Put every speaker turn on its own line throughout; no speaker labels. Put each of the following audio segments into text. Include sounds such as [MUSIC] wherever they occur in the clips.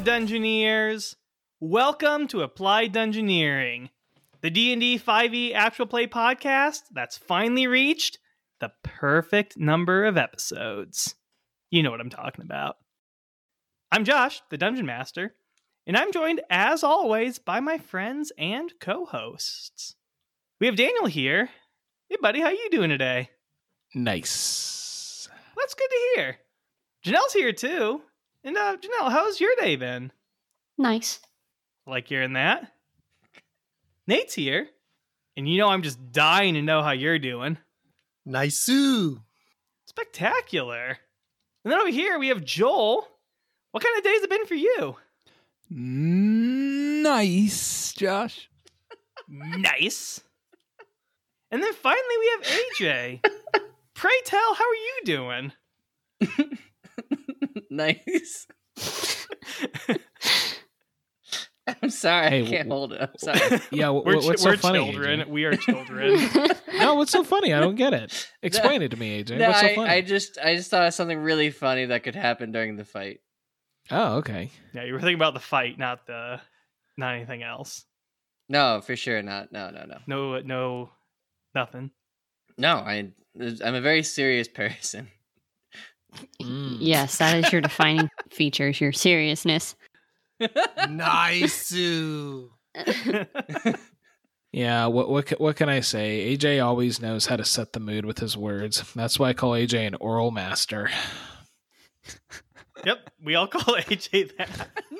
Dungeoneers. Welcome to Applied Dungeoneering, the D&D 5e E actual play podcast that's finally reached the perfect number of episodes. You know what I'm talking about. I'm Josh, the Dungeon Master, and I'm joined as always by my friends and co-hosts. We have Daniel here. Hey buddy, how you doing today?
Nice.
Well, that's good to hear. Janelle's here too. And uh, Janelle, how's your day been?
Nice.
Like hearing that. Nate's here. And you know I'm just dying to know how you're doing.
Nice.
Spectacular. And then over here we have Joel. What kind of day's it been for you?
Nice, Josh.
nice. And then finally we have
[LAUGHS]
AJ. Pray tell, how are you doing?
nice. I'm sorry,
Hey,
I can't
w-
hold it. I'm sorry.
Yeah, wh-
We're,
wh-
ch-
what's
we're
so funny?
children.
AJ?
We are
[LAUGHS]
children.
No, what's so funny? I don't get it. Explain it to me, AJ.
no,
what's so
I,
funny?
I just I just thought of something really funny that could happen during the fight.
Oh, okay.
yeah, you were thinking about the fight, not the, not anything else.
No, for sure not. No, no, no,
No, no, nothing.
no. I I'm a very serious [LAUGHS] person.
Mm.
Yes, that is your defining feature, is your seriousness.
Nice.
Yeah. What what ca- what can I say? AJ always knows how to set the mood with his words. That's why I call AJ an oral master.
yep, we all call [LAUGHS] AJ that.
[LAUGHS]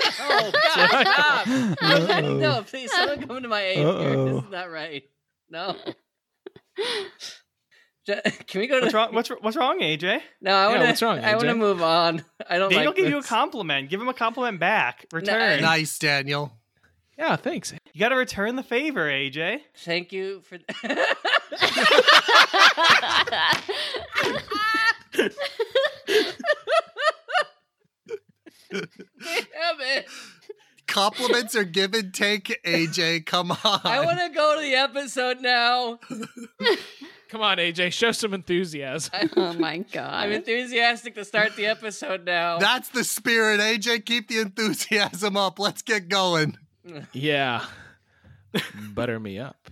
No, stop. no, please, someone come to my aid here. This is not right. No. Ju- [LAUGHS] Can we go to
What's
the-
wrong? What's, what's wrong, AJ?
No, I
Yeah,
want
what's
to.
wrong,
I want to
AJ?
move on. I don't.
Daniel
like
give you a
this.
compliment. Give him a compliment back. Return.
nice, Daniel.
Yeah. Thanks.
You got to return the favor, AJ.
Thank you for. [LAUGHS]
Oh
Damn it.
Compliments are give and take, AJ. Come on.
I want to go to the episode now.
Come on, AJ. Show some enthusiasm.
oh my god.
I'm enthusiastic to start the episode now.
That's the spirit, AJ. Keep the enthusiasm up. Let's get going.
[LAUGHS] Yeah. Butter me up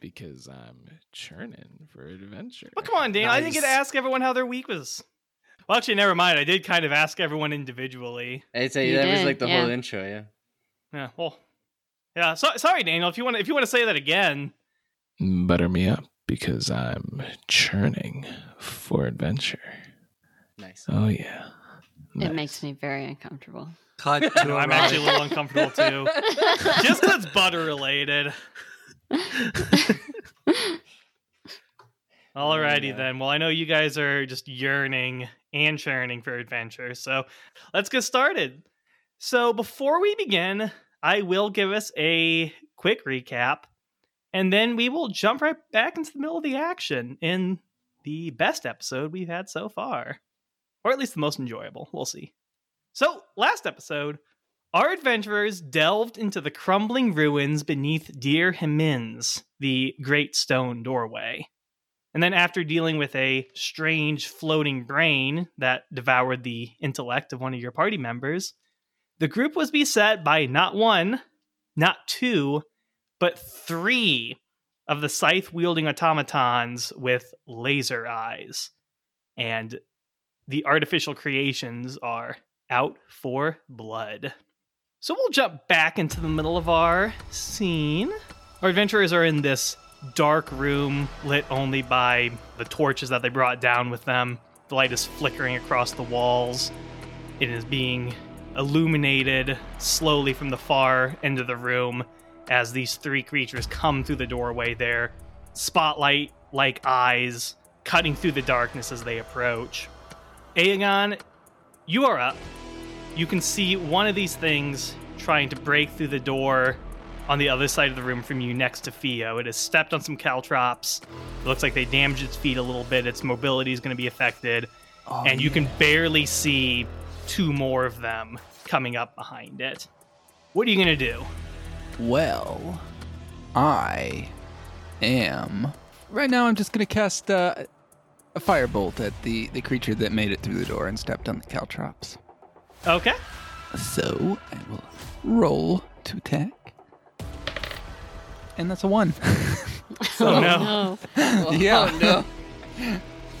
because I'm churning for adventure.
Well, come on, Daniel. I didn't get to
Nice.
ask everyone how their week was. Well, actually, never mind. I did kind of ask everyone individually.
I'd say
You
that was
did,
like the
yeah.
whole intro, yeah.
Yeah. Well. Yeah. So, sorry, Daniel. If you want, if you want to say that again,
Butter me up because I'm churning for adventure.
Nice.
Oh yeah.
It makes me very uncomfortable.
Cut
I know I'm actually a little uncomfortable too. [LAUGHS] Just 'cause it's butter related. Alrighty
Yeah.
then. Well, I know you guys are just yearning and churning for adventure, so let's get started. So before we begin, I will give us a quick recap, and then we will jump right back into the middle of the action in the best episode we've had so far. Or at least the most enjoyable. We'll see. So, last episode, our adventurers delved into the crumbling ruins beneath Deir Himins, the great stone doorway. And then, after dealing with a strange floating brain that devoured the intellect of one of your party members, the group was beset by not one, not two, but three of the scythe wielding automatons with laser eyes. And the artificial creations are out for blood. So we'll jump back into the middle of our scene. Our adventurers are in this dark room lit only by the torches that they brought down with them. The light is flickering across the walls. It is being illuminated slowly from the far end of the room as these three creatures come through the doorway there, spotlight like eyes cutting through the darkness as they approach. Aegon, you are up you can see one of these things trying to break through the door on the other side of the room from you next to Theo. It has stepped on some caltrops. It looks like they damaged its feet a little bit. Its mobility is going to be affected. and you can barely see two more of them coming up behind it. What are you going to do?
Well, I am. Right now, I'm just going to cast uh, a firebolt at the, the creature that made it through the door and stepped on the caltrops.
Okay.
So I will roll to attack. And that's a one. [LAUGHS]
[LAUGHS]
Oh, no.
Oh,
Yeah.
no.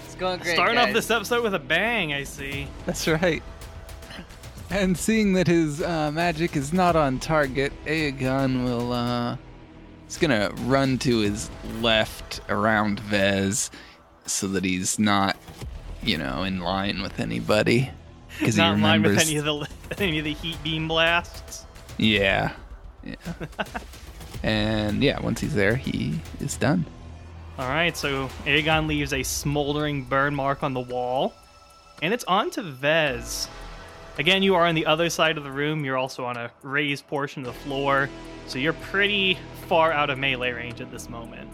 It's going great.
Starting off
guys.
this episode with a bang, I see.
That's right. And seeing that his uh, magic is not on target, Aegon will. Uh, he's gonna run to his left around Vez so that he's not, you know, in line with anybody. Because he
Not in line with
remembers.
any of the [LAUGHS] any of the heat beam blasts.
Yeah. Yeah. and yeah, once he's there, he is done.
All right, so Aegon leaves a smoldering burn mark on the wall, and it's on to Vez. Again, you are on the other side of the room. You're also on a raised portion of the floor, so you're pretty far out of melee range at this moment.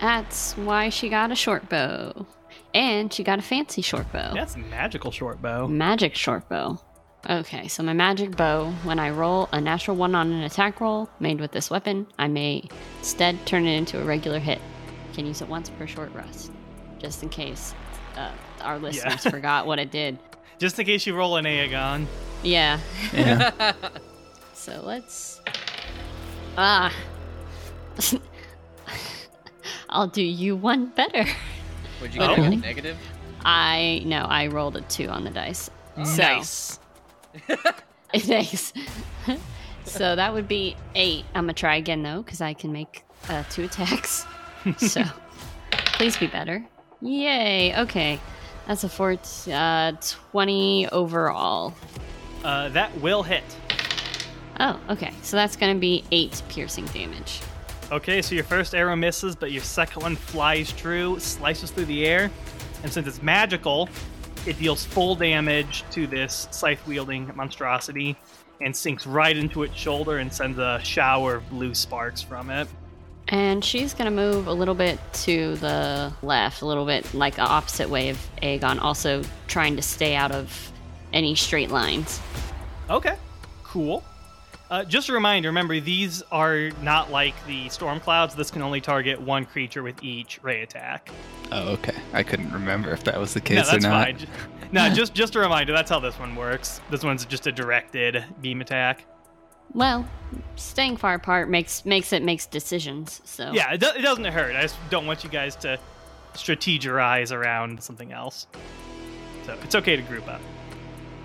That's why she got a short bow. And she got a fancy short bow.
That's magical short bow.
Magic short bow. Okay, so my magic bow, when I roll a natural one on an attack roll made with this weapon, I may instead turn it into a regular hit. Can use it once per short rest, just in case uh, our listeners forgot what it did.
Just in case you roll an Aegon.
Yeah.
[LAUGHS]
Yeah.
So let's. Ah. [LAUGHS] I'll do you one better.
Would you get
Oh.
a negative?
I no, I rolled a two on the dice. So, [LAUGHS]
Nice.
Thanks. so that would be eight. I'm gonna try again though, because I can make uh, two attacks. so please be better. Yay. Okay. That's a fort uh, 20 overall.
Uh, that will hit.
Oh, okay. So that's going to be eight piercing damage.
Okay, so your first arrow misses, but your second one flies true, slices through the air, and since it's magical, it deals full damage to this scythe wielding monstrosity and sinks right into its shoulder and sends a shower of blue sparks from it.
And she's going to move a little bit to the left, a little bit like the opposite way of Aegon, also trying to stay out of any straight lines.
Okay, cool. Uh, just a reminder remember, these are not like the storm clouds. This can only target one creature with each ray attack.
oh, okay. I couldn't remember if that was the case
no,
or
that's
not.
fine. [LAUGHS] Ju- No, just just a reminder. That's how this one works. This one's just a directed beam attack.
Well, staying far apart makes makes it makes decisions. So
Yeah, it, do- it doesn't hurt. I just don't want you guys to strategize around something else. So it's okay to group up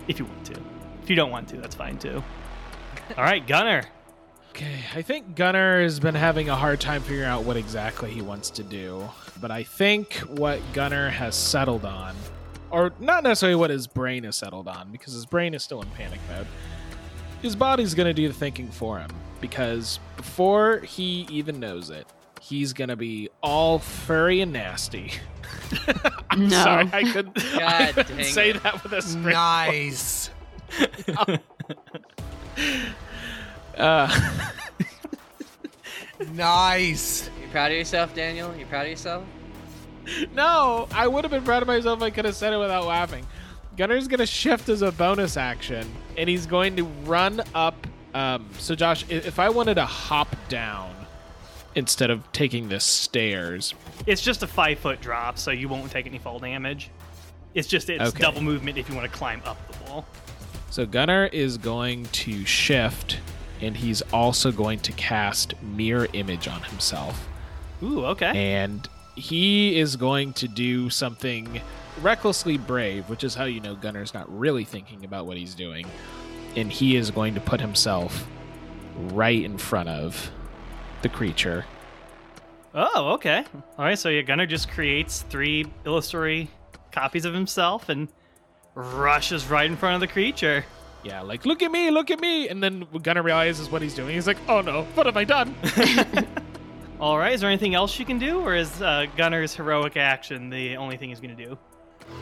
if you want to. If you don't want to, that's fine [LAUGHS] too. All right, Gunner.
Okay, I think Gunnar has been having a hard time figuring out what exactly he wants to do, but I think what Gunnar has settled on, or not necessarily what his brain has settled on, because his brain is still in panic mode, his body's going to do the thinking for him, because before he even knows it, he's going to be all furry and nasty. [LAUGHS] I'm
No.
sorry, I couldn't, I
God
couldn't
dang
say
it.
that with a straight
Nice.
Uh,
Nice.
You proud of yourself, Daniel? You proud of yourself?
No, I would have been proud of myself if I could have said it without laughing. Gunner's gonna shift as a bonus action, and he's going to run up. Um, so, Josh, i- if I wanted to hop down instead of taking the stairs,
It's just a five foot drop, so you won't take any fall damage. It's just it's
Okay.
double movement if you want to climb up the wall.
so Gunner is going to shift, and he's also going to cast Mirror Image on himself.
Ooh, okay.
and he is going to do something recklessly brave, which is how you know Gunner's not really thinking about what he's doing. And he is going to put himself right in front of the creature.
Oh, okay. All right, so your gunner just creates three illusory copies of himself and rushes right in front of the creature.
Yeah, like, look at me, look at me. And then Gunner realizes what he's doing. He's like, oh no, what have I done? [LAUGHS]
All right, is there anything else you can do, or is uh, Gunner's heroic action the only thing he's going to do?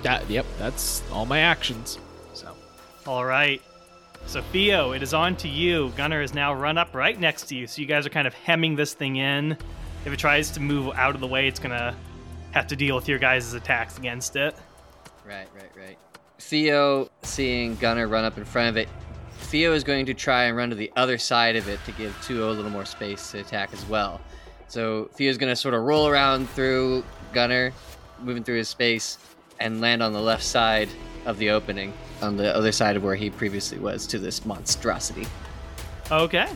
that, yep, that's all my actions. So,
All right. So, Theo, it is on to you. Gunner is now run up right next to you, so you guys are kind of hemming this thing in. If it tries to move out of the way, it's going to have to deal with your guys' attacks against it.
Right, right, right. Theo, seeing Gunner run up in front of it, Theo is going to try and run to the other side of it to give Tuo a little more space to attack as well. So Theo's going to sort of roll around through Gunner, moving through his space, and land on the left side of the opening on the other side of where he previously was to this monstrosity.
Okay.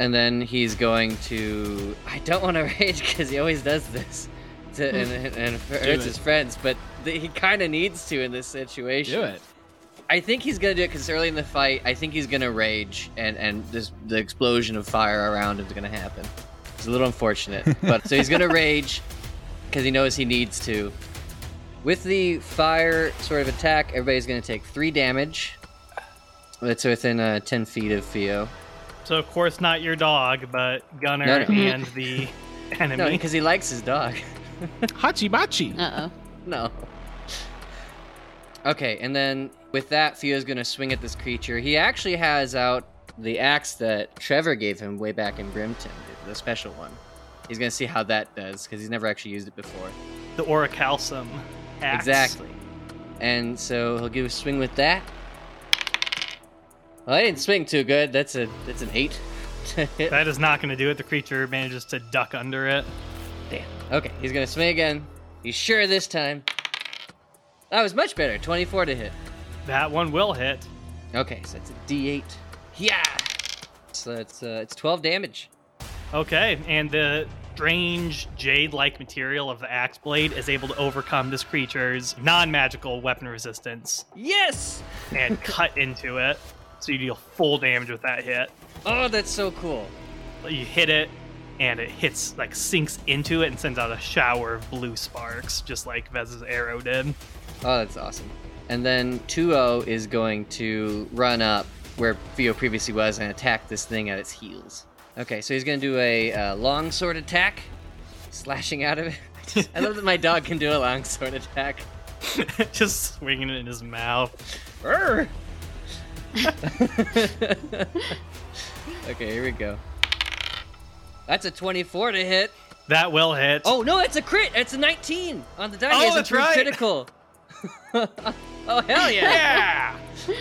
And then he's going to. I don't want to [LAUGHS] rage because he always does this, to, and, and, and
[LAUGHS]
it hurts
it.
his friends. But th- he kind of needs to in this situation.
Do it.
I think he's gonna do it because early in the fight, I think he's gonna rage, and and this the explosion of fire around him's gonna happen. It's a little unfortunate, but so he's gonna rage because he knows he needs to. With the fire sort of attack, everybody's gonna take three damage. That's within uh, ten feet of Theo.
So of course not your dog, but Gunner
No, no.
and the enemy.
[LAUGHS] No, because he likes his dog.
Hachimachi.
Uh
No. Okay, and then with that, Theo's gonna swing at this creature. He actually has out the axe that Trevor gave him way back in Brimton, the special one. He's gonna see how that does because he's never actually used it before.
[LAUGHS] the orichalcum axe.
Exactly. And so he'll give a swing with that. Well, I didn't swing too good. That's a that's an eight. [LAUGHS] to hit.
That is not going to do it. The creature manages to duck under it.
Damn. Okay, he's gonna swing again. He's sure this time. That was much better. Twenty-four to hit.
That one will hit.
Okay, so it's a D8. Yeah. So it's uh, it's 12 damage.
Okay, and the strange jade-like material of the axe blade is able to overcome this creature's non-magical weapon resistance
Yes. [LAUGHS]
and cut into it. So you deal full damage with that hit.
Oh, that's so cool.
You hit it, and it hits like sinks into it and sends out a shower of blue sparks, just like Vez's arrow did. [LAUGHS]
Oh, that's awesome. And then 2-0 is going to run up where Theo previously was and attack this thing at its heels. Okay, so he's going to do a uh, long sword attack, slashing out of it. [LAUGHS] I, just- I love that my dog can do a long sword attack.
just swinging it in his mouth.
Brr. [LAUGHS] okay, here we go. That's a 24 to hit.
That will hit.
Oh no, it's a crit. It's a 19 on the die.
Oh,
It's
that's
a true
right.
Critical. [LAUGHS] oh hell yeah.
yeah!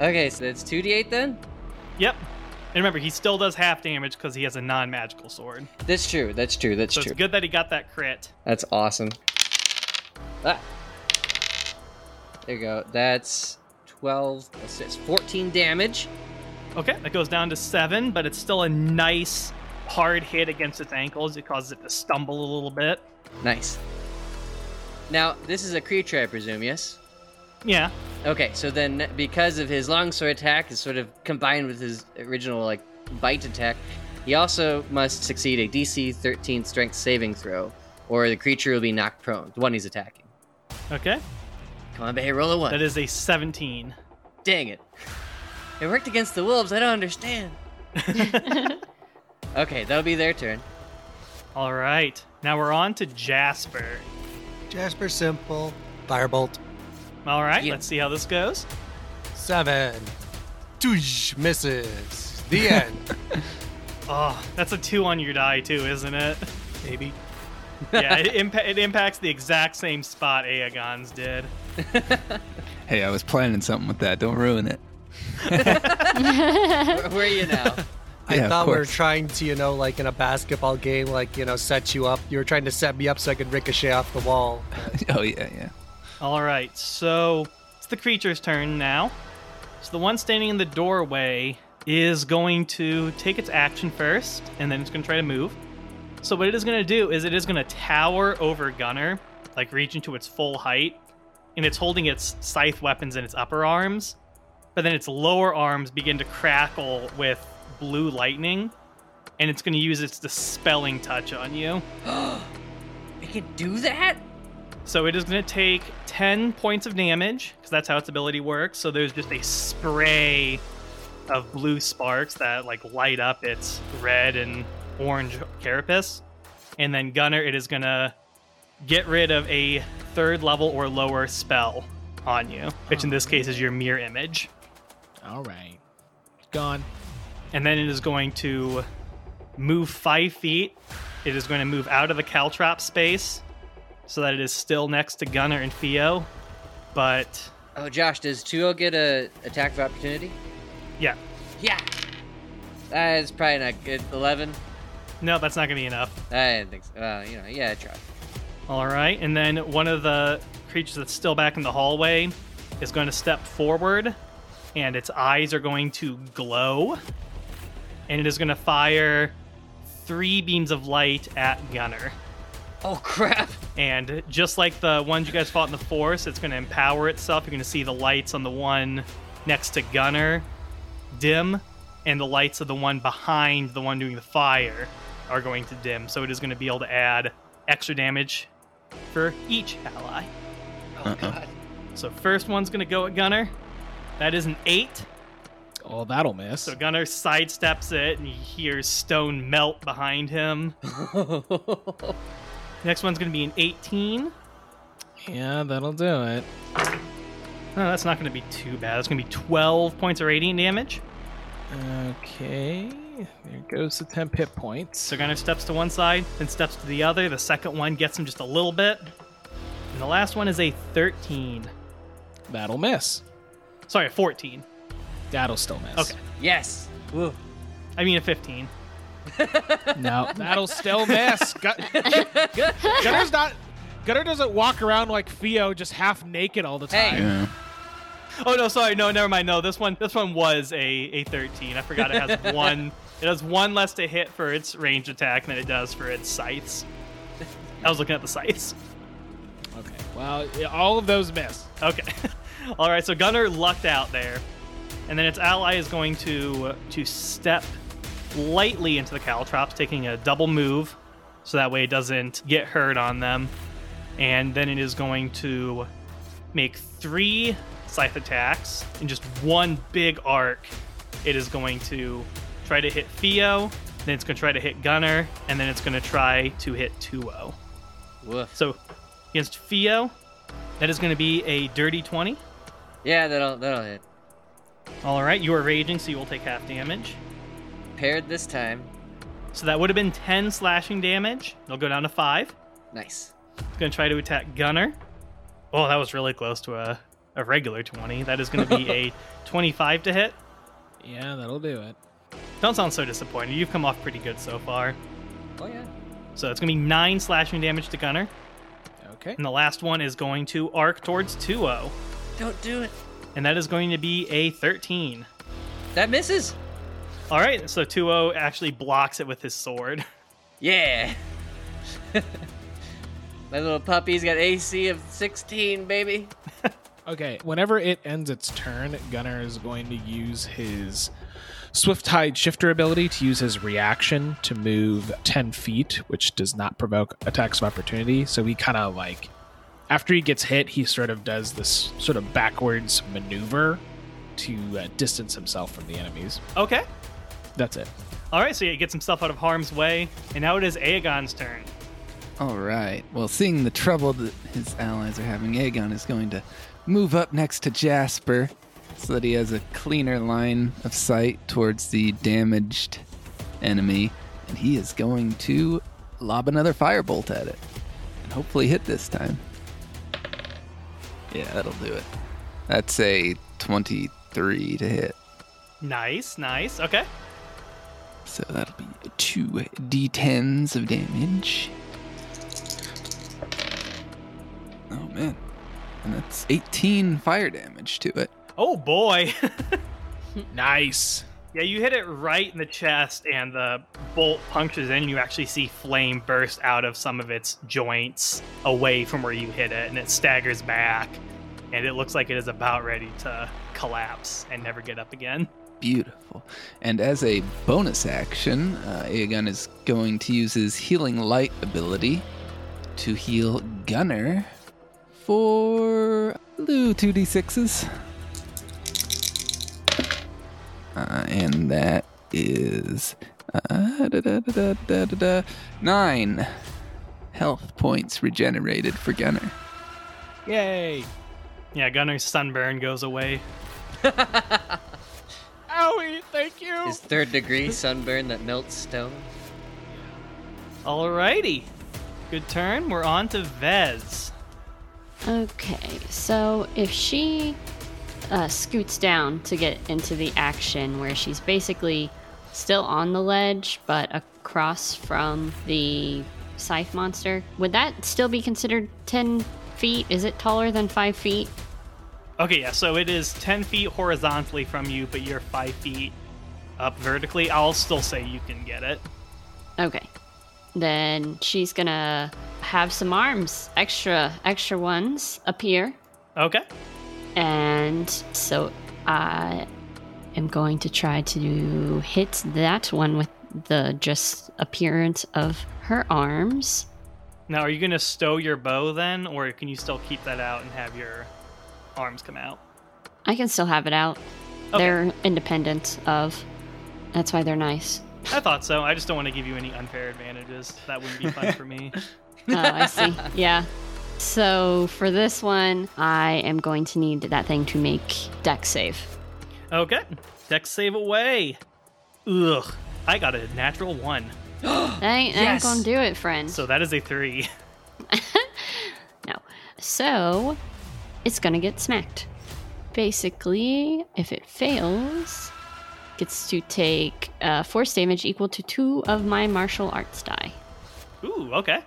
okay, so that's 2d8 then.
Yep. And remember, he still does half damage because he has a non-magical sword.
That's true. That's true. That's
So
true.
it's good that he got that crit.
That's awesome. Ah. There you go. That's 12. That's that's 14 damage.
Okay, that goes down to seven, but it's still a nice hard hit against its ankles. It causes it to stumble a little bit.
Nice. Now this is a creature, I presume. Yes.
Yeah.
Okay, so then because of his longsword attack is sort of combined with his original like bite attack, he also must succeed a DC 13 strength saving throw, or the creature will be knocked prone. The one he's attacking.
Okay.
Come on, Bay, roll a one.
That is a 17.
Dang it! It worked against the wolves. I don't understand.
oh.
Okay, that'll be their turn.
All right. Now we're on to Jasper.
Jasper Simple, Firebolt.
All right,
Yeah.
let's see how this goes.
Seven. Toosh, misses. [LAUGHS] The end.
Oh, that's a two on your die, too, isn't it?
Maybe.
Yeah, it, impa- it impacts the exact same spot Aegon's did.
Hey, I was planning something with that. Don't ruin it.
Where, where are you now?
[LAUGHS]
Yeah,
I
of
thought we were
course. [LAUGHS]
trying to, you know, like in a basketball game, like, you know, set you up. You were trying to set me up so I could ricochet off the [LAUGHS] wall.
Oh yeah, yeah.
All right, so it's the creature's turn now. So the one standing in the doorway is going to take its action first, and then it's going to try to move. So what it is going to do is it is going to tower over Gunner, like reaching to its full height, and it's holding its scythe weapons in its upper arms, but then its lower arms begin to crackle with blue lightning, and it's going to use its dispelling touch on you.
I can do that.
So it is going to take 10 points of damage because that's how its ability works. So there's just a spray of blue sparks that like light up its red and orange carapace. And then Gunner, it is going to get rid of a third level or lower spell on you, which in this case is your mirror image.
All right. Gone.
And then it is going to move five feet. It is going to move out of the Caltrop space so that it is still next to Gunner and Theo. But
Oh, Josh, does Tuo get a attack of opportunity?
yeah,
Yeah. That is probably not good. Eleven.
no, that's not going to be enough.
I didn't think so. Well, you know, yeah, I tried.
All right. And then one of the creatures that's still back in the hallway is going to step forward and its eyes are going to glow. And it is going to fire three beams of light at Gunner.
Oh [LAUGHS] crap!
And just like the ones you guys fought in the forest, it's going to empower itself. You're going to see the lights on the one next to Gunner dim, and the lights of the one behind the one doing the fire are going to dim. So it is going to be able to add extra damage for each ally.
Oh god.
So first one's going to go at Gunner. That is an eight.
Oh, that'll miss.
So Gunner sidesteps it, and he hears stone melt behind him. Next one's going to be an 18.
yeah, that'll do it.
No, that's not going to be too bad. It's going to be 12 points of radiant damage.
Okay. There goes the temp hit points.
So Gunner steps to one side, then steps to the other. The second one gets him just a little bit. And the last one is a 13.
That'll miss.
Sorry, a 14.
That'll still miss.
Okay.
yes. Woo.
I mean, a 15.
[LAUGHS] No, that'll
[LAUGHS]
still miss. Gut- Gunner's not. Gunner doesn't walk around like Theo, just half naked all the time.
Hey.
Yeah.
Oh, no, sorry. No, never mind. No, this one this one was a, a 13. I forgot it has one. It has one less to hit for its range attack than it does for its scythes. I was looking at the scythes.
Okay. Well, yeah, all of those miss.
Okay. [LAUGHS] All right. So Gunner lucked out there, and then its ally is going to to step lightly into the caltrops, taking a double move, so that way it doesn't get hurt on them. And then it is going to make three scythe attacks in just one big arc. It is going to try to hit Theo, then it's going to try to hit Gunner, and then it's going to try to hit Tuo.
Woof.
So against Theo, that is going to be a dirty 20.
Yeah, that'll that'll hit.
All right, you are raging, so you will take half damage.
Paired this time.
So that would have been 10 slashing damage. It'll go down to 5.
Nice.
It's going to try to attack Gunner. Oh, that was really close to a, a regular 20. That is going to
[LAUGHS]
be a 25 to hit.
Yeah, that'll do it.
Don't sound so disappointed. You've come off pretty good so far.
Oh yeah.
So it's going to be 9 slashing damage to Gunner.
Okay.
And the last one is going to arc towards 2
Don't do it.
And that is going to be a 13.
That misses.
All right, so 2 actually blocks it with his sword. [LAUGHS]
Yeah. [LAUGHS] My little puppy's got AC of 16, baby.
Okay. Whenever it ends its turn, Gunner is going to use his Swift Tide Shifter ability to use his reaction to move 10 feet, which does not provoke attacks of opportunity. So he kind of like, after he gets hit, he sort of does this sort of backwards maneuver to uh, distance himself from the enemies.
Okay.
That's it.
All right, so yeah, he gets himself out of harm's way, and now it is Aegon's turn.
All right. Well, seeing the trouble that his allies are having, Aegon is going to move up next to Jasper so that he has a cleaner line of sight towards the damaged enemy. And he is going to lob another firebolt at it and hopefully hit this time. Yeah, that'll do it. That's a 23 to hit.
Nice, nice. Okay.
So that'll be two d10s of damage. Oh man. And that's 18 fire damage to it.
Oh boy. [LAUGHS]
Nice.
yeah, you hit it right in the chest, and the bolt punctures in, and you actually see flame burst out of some of its joints away from where you hit it, and it staggers back, and it looks like it is about ready to collapse and never get up again.
Beautiful. And as a bonus action, uh, Aegon is going to use his healing light ability to heal Gunner for blue 2d6s. Uh, and that is uh, da, da, da, da, da, da, da, nine health points regenerated for Gunner.
Yay.
Yeah, Gunner's sunburn goes away.
Owie, thank you.
His third degree sunburn that melts stone.
Alrighty. Good turn. We're on to Vez.
Okay, so if she uh, scoots down to get into the action where she's basically still on the ledge but across from the scythe monster, would that still be considered 10 feet? Is it taller than 5 feet?
Okay, yeah, so it is 10 feet horizontally from you, but you're 5 feet up vertically. I'll still say you can get it.
Okay. Then she's gonna have some arms, extra, extra ones appear.
Okay.
And so I am going to try to hit that one with the just appearance of her arms.
Now, are you going to stow your bow then, or can you still keep that out and have your arms come out?
I can still have it out.
Okay.
They're independent of. That's why they're nice.
I thought so. I just don't want to give you any unfair advantages. That wouldn't be fun for me.
Oh,
[LAUGHS]
I see. Yeah. So for this one, I am going to need that thing to make deck save.
Okay. Dex save away. Ugh. I got a natural one.
That ain't, that ain't gonna do it, friend.
So that is a three. [LAUGHS]
No. So it's gonna get smacked. Basically, if it fails, gets to take uh, force damage equal to two of my martial arts die.
Ooh, okay.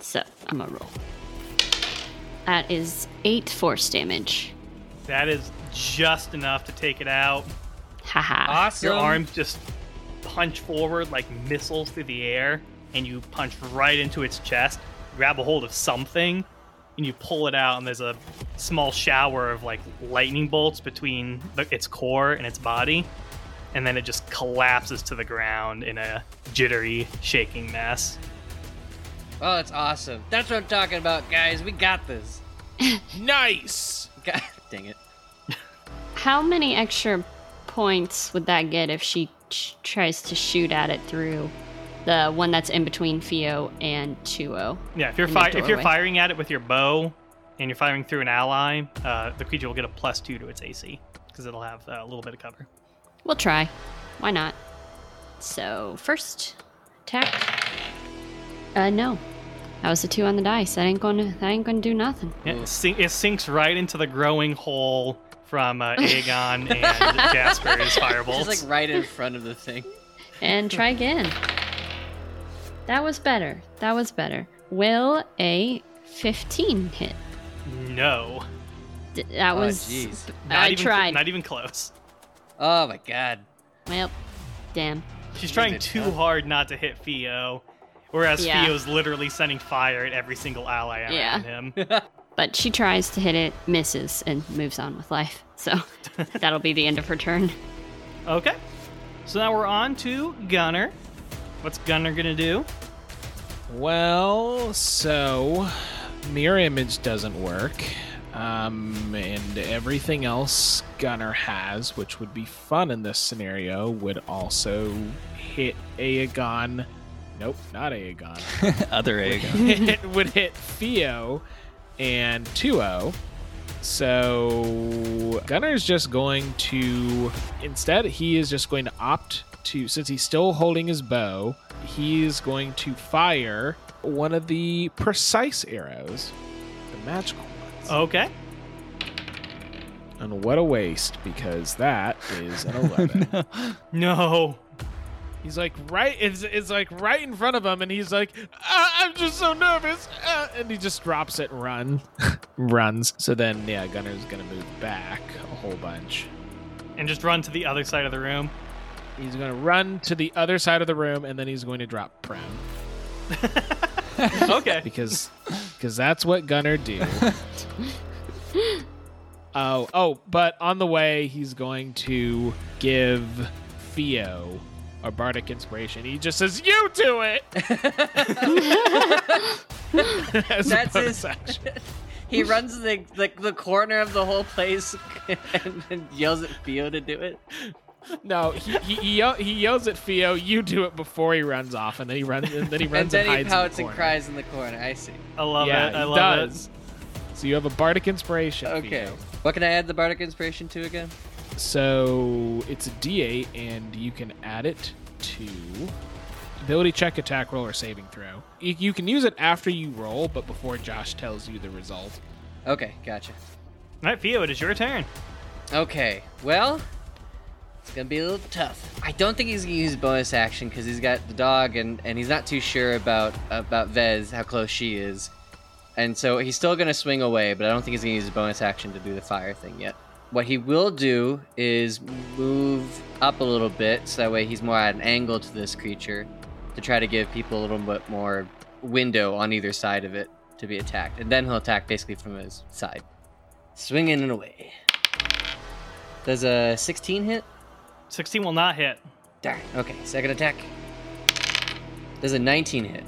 So I'm gonna roll. That is eight force damage.
That is just enough to take it out.
Haha.
Awesome.
Your arms just punch forward like missiles through the air, and you punch right into its chest, grab a hold of something, and you pull it out, and there's a small shower of like lightning bolts between the, its core and its body, and then it just collapses to the ground in a jittery, shaking mess.
Oh, that's awesome. That's what I'm talking about, guys. We got this. [LAUGHS]
Nice.
God, dang it.
How many extra points would that get if she ch- tries to shoot at it through the one that's in between Fio and oh? Chuo?
Yeah, if you're
In the
fi- if you're
doorway.
firing at it with your bow, and you're firing through an ally, uh, the creature will get a plus two to its AC because it'll have uh, a little bit of cover.
We'll try. Why not? So, first attack. Uh, no. That was a two on the dice. That ain't gonna, that ain't gonna do nothing.
It, sin- it sinks right into the growing hole from
[LAUGHS]
uh, Aegon and Jasper's firebolts.
Just like right in front of the thing.
And try again. That was better. That was better. Will a 15 hit?
no,
D- that
Oh,
was.
jeez.
not
I
even,
tried.
Not even close.
Oh my god.
Well, damn.
She's trying
Even
too
tough.
hard not to hit Theo, whereas
Yeah.
Theo's literally sending fire at every single ally around
Yeah.
him. [LAUGHS]
But she tries to hit it, misses, and moves on with life. So
[LAUGHS]
that'll be the end of her turn.
Okay, so now we're on to Gunner. What's Gunner gonna do?
Well, so mirror image doesn't work, um, and everything else Gunner has, which would be fun in this scenario, would also hit Aegon. Nope, not Aegon.
Other egg.
[LAUGHS] it would hit Theo and Tuo. So Gunner's just going to instead he is just going to opt to since he's still holding his bow, he's going to fire one of the precise arrows, the magical ones.
Okay,
And what a waste because that is an 11.
no.
He's like right it's, it's like right in front of him and he's like ah, I'm just so nervous ah," and he just drops it and run [LAUGHS] runs. So then yeah, Gunner's going to move back a whole bunch.
And just run to the other side of the room.
He's going to run to the other side of the room and then he's going to drop prone
Okay.
[LAUGHS] because because that's what Gunner do. oh, oh, but on the way he's going to give Theo a bardic inspiration. He just says you
[LAUGHS]
do it. [LAUGHS] As
That's
opposed
his. [LAUGHS]
to action.
he runs the, the the corner of the whole place [LAUGHS] and, and yells at Theo to do it.
No, he, he, he, yell- he yells at Theo, "You do it!" before he runs off, and then he runs, and then he runs
and then he
hides in the
pouts and
corner.
cries in the corner. I see.
I love
yeah,
it.
he
I love
does. So you have a bardic inspiration.
Okay.
Theo.
What can I add the bardic inspiration to again?
So it's a D8, and you can add it to ability check, attack roll, or saving throw. You, you can use it after you roll, but before Josh tells you the result.
Okay, gotcha.
it. All right, Theo, it is your turn.
Okay, well, it's gonna be a little tough. I don't think he's gonna use bonus action because he's got the dog and, and he's not too sure about about Vez how close she is. And so he's still going to swing away, but I don't think he's going to use his bonus action to do the fire thing yet. What he will do is move up a little bit, so that way he's more at an angle to this creature to try to give people a little bit more window on either side of it to be attacked. And then he'll attack basically from his side. Swinging and away. Does a 16 hit?
16 will not hit.
Darn. Okay, second attack. Does a 19 hit?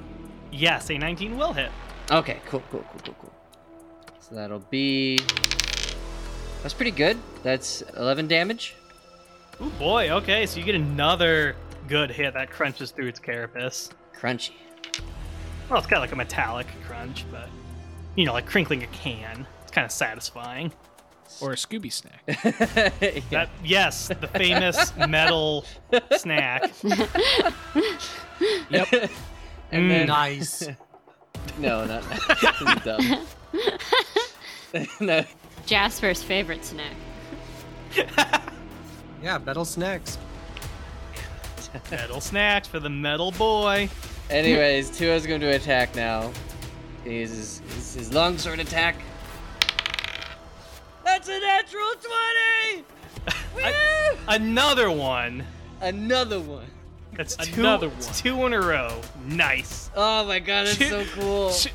Yes, a 19 will hit.
Okay, cool, cool, cool, cool, cool. So that'll be. That's pretty good. That's 11 damage.
Ooh boy, okay, so you get another good hit that crunches through its carapace.
Crunchy.
Well, it's kind of like a metallic crunch, but you know, like crinkling a can. It's kind of satisfying.
Or a Scooby snack. [LAUGHS]
That yes, the famous metal snack.
Yep.
Mm,
and then,
Nice.
no, not [LAUGHS] that. dumb. [LAUGHS] no,
Jasper's favorite snack.
yeah, metal snacks.
metal snacks for the metal boy.
Anyways, Tua's going to attack now. He uses his, his longsword attack. That's a natural 20!
I- another one.
Another one.
That's two,
Another
it's
one.
two in a row. Nice.
Oh my god, that's
Two-
so cool.
Ch-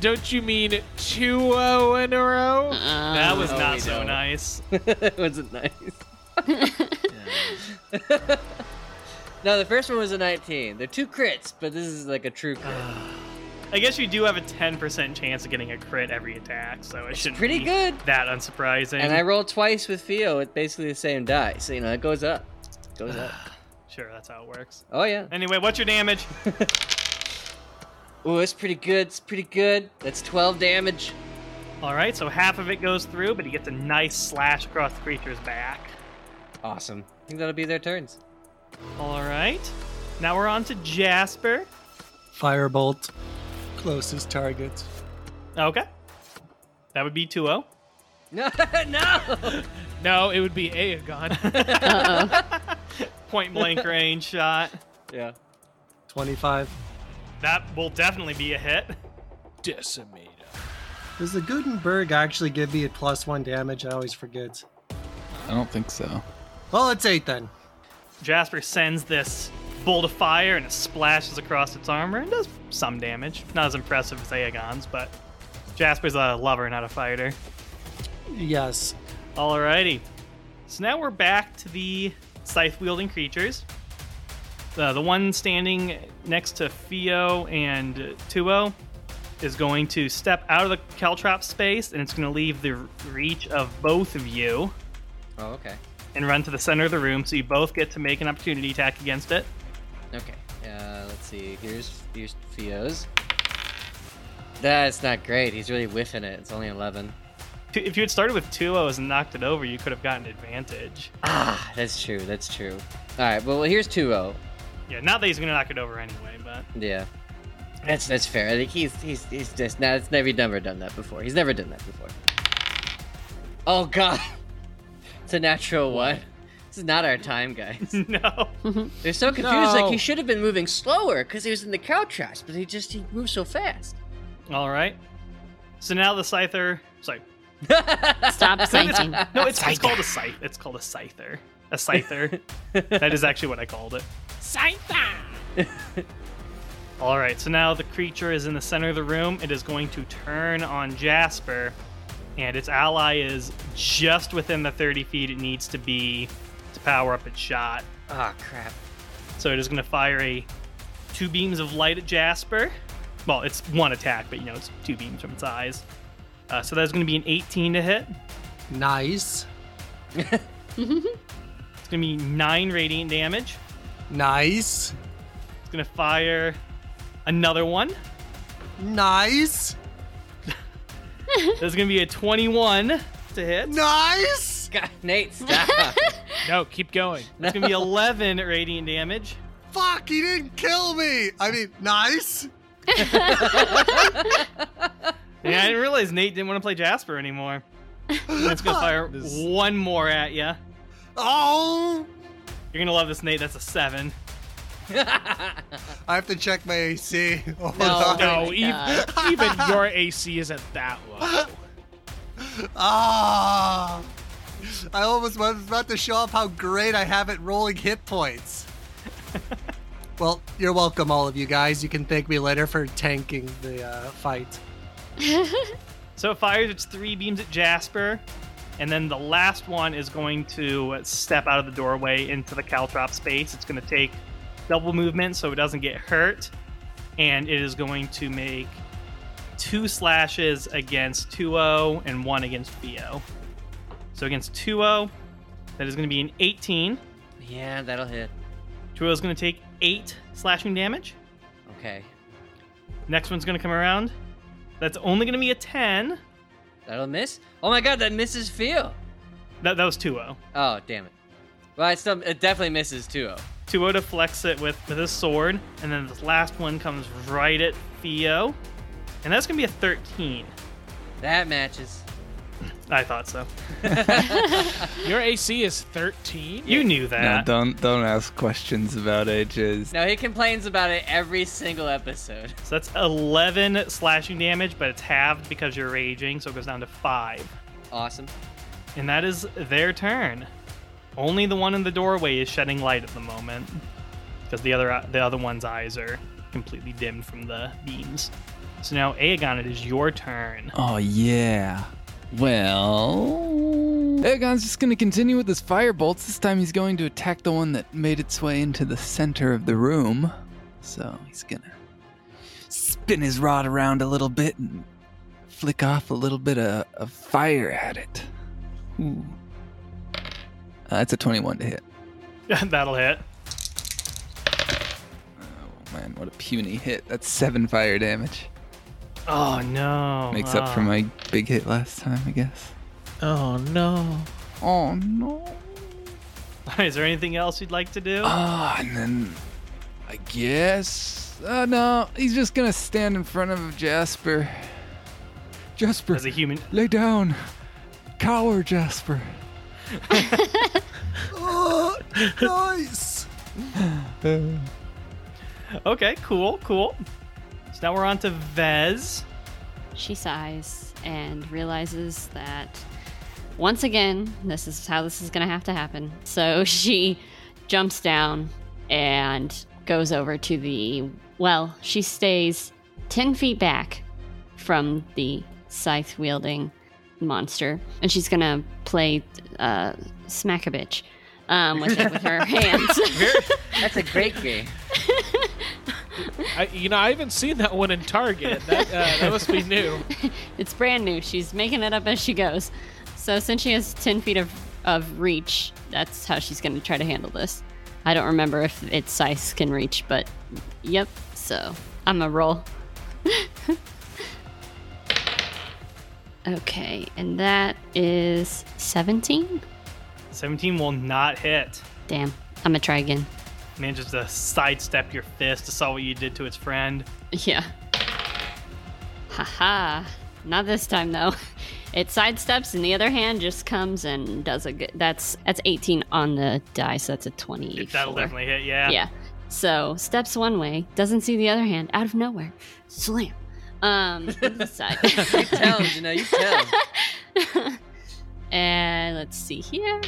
Don't you mean 2 0 in a row?
That was
Um, no,
not
we
so
don't.
nice.
[LAUGHS] was it nice? [LAUGHS] no, the first one was a 19. They're two crits, but this is like a true crit.
I guess you do have a 10% chance of getting a crit every attack, so it shouldn't
pretty
be
good.
that unsurprising.
and I rolled twice with Theo with basically the same die. So, you know, it goes up. It goes [SIGHS] up.
sure, that's how it works.
Oh, yeah.
Anyway, what's your damage?
Ooh, it's pretty good. It's pretty good. That's 12 damage.
All right, so half of it goes through, but he gets a nice slash across the creature's back.
Awesome. I think that'll be their turns. [LAUGHS]
All right, now we're on to Jasper.
Firebolt. Closest target.
Okay, that would be oh. 2 0.
No, [LAUGHS] no!
No, it would be [LAUGHS] Aegon.
Uh oh.
Point
[LAUGHS]
blank range shot.
Yeah.
25.
That will definitely be a hit.
Decimator.
Does the Gutenberg actually give me a plus one damage? I always forget.
I don't think so.
Well, it's eight then.
Jasper sends this bolt of fire and it splashes across its armor and does some damage. Not as impressive as Aegon's, but Jasper's a lover, not a fighter.
Yes.
Alrighty. So now we're back to the scythe wielding creatures. Uh, The, the one standing next to Fio and uh, Tuo is going to step out of the Caltrop space and it's going to leave the reach of both of you
Oh, okay.
and run to the center of the room so you both get to make an opportunity attack against it.
Okay. Uh, let's see. Here's here's Theo's. That's not great. He's really whiffing it. It's only eleven.
Two- If you had started with two O's and knocked it over, you could have gotten advantage.
Ah, that's true. That's true. All right. Well, here's two zero.
Yeah, not that he's gonna knock it over anyway, but [LAUGHS]
Yeah. That's that's fair. I think he's he's he's just now. It's never he's never done that before. He's never done that before. Oh god. [LAUGHS] It's a natural one. This is not our time, [LAUGHS] guys.
no.
They're so confused. Like
No.
he should have been moving slower because he was in the cow trash, but he just he moved so fast.
All right. So now the scyther. Sorry.
Stop citing.
[LAUGHS] No, it's, it's called a scythe. It's called a scyther. A scyther. that is actually what I called it. Scyther. [LAUGHS] All right. So now the creature is in the center of the room. It is going to turn on Jasper, and its ally is just within the 30 feet it needs to be to power up its shot.
Ah crap.
So it is going to fire a two beams of light at Jasper. Well, it's one attack, but you know it's two beams from its eyes. Uh, so that's going to be an 18 to hit.
Nice.
It's going to be nine radiant damage.
Nice.
It's going to fire another one.
Nice.
There's going to be a 21 to hit.
Nice.
God, Nate, [LAUGHS] stop.
No, keep going.
It's going to be 11 radiant damage.
Fuck, he didn't kill me. I mean, nice.
Yeah, I didn't realize Nate didn't want to play Jasper anymore. That's going to fire
This-
one more at you.
Oh.
You're going to love this, Nate. That's a seven.
I have to check my AC. [LAUGHS] Hold
No.
on.
No,
my
even, [LAUGHS] even your AC isn't that low.
Ah! I almost was about to show off how great I have at rolling hit points. [GASPS] well, you're welcome, all of you guys. You can thank me later for tanking the uh, fight.
So it fires its three beams at Jasper, and then the last one is going to step out of the doorway into the Caltrop space. It's going to take double movement so it doesn't get hurt, and it is going to make two slashes against 2-0 and one against Theo. So against 2-0, that is going to be an 18.
yeah, that'll hit.
2-0 is going to take eight slashing damage.
Okay,
Next one's going to come around. That's only going to be a 10.
that'll miss. Oh my god, that misses Theo.
That, that was 2-0.
Oh damn it. Well, it still it definitely misses oh. 2-0.
Tuo deflects it with, with his sword, and then this last one comes right at Theo. And that's gonna be a 13.
That matches.
I thought so.
Your AC is 13.
You knew
No,
that.
don't don't ask questions about ages.
Now he complains about it every single episode.
so that's 11 slashing damage, but it's halved because you're raging, so it goes down to 5.
Awesome.
And that is their turn. Only the one in the doorway is shedding light at the moment, because the other the other one's eyes are completely dimmed from the beams. So now, Aegon, it is your turn. [LAUGHS]
Oh yeah. Well, Aegon's just gonna continue with his fire bolts. This time he's going to attack the one that made its way into the center of the room. So he's gonna spin his rod around a little bit and flick off a little bit of, of fire at it. Ooh. Uh, that's a 21 to hit.
That'll hit.
Oh man, what a puny hit. That's seven fire damage.
Oh no!
Makes
Ah.
up for my big hit last time, I guess.
Oh no.
Oh no.
[LAUGHS] Is there anything else you'd like to do?
Ah, and then I guess. Uh, no, he's just gonna stand in front of Jasper. Jasper,
As a human,
lay down. Cower, Jasper.
Oh, nice!
Uh.
okay, cool, cool. So now we're on to Vez.
She sighs and realizes that once again, this is how this is going to have to happen. So [LAUGHS] she jumps down and goes over to the. Well, she stays 10 feet back from the scythe wielding monster, and she's going to play uh, Smack a Bitch. Um, with, it with her hands.
That's a great game.
I, you know, I haven't seen that one in Target. That, uh, that must be new.
It's brand new. She's making it up as she goes. So since she has 10 feet of, of reach, that's how she's going to try to handle this. I don't remember if its size can reach, but yep. So I'm a roll. [LAUGHS] okay, and that is 17.
17 will not hit.
Damn, I'm gonna try again.
Manages to sidestep your fist. I saw what you did to its friend.
Yeah. Haha. Not this time though. It sidesteps and the other hand just comes and does a good. That's that's 18 on the die, so that's a 20.
That'll definitely hit, yeah.
Yeah. So steps one way, doesn't see the other hand out of nowhere. Slam. Um, [LAUGHS] to the side.
Tell him, [LAUGHS] you know, you tell him.
and let's see here.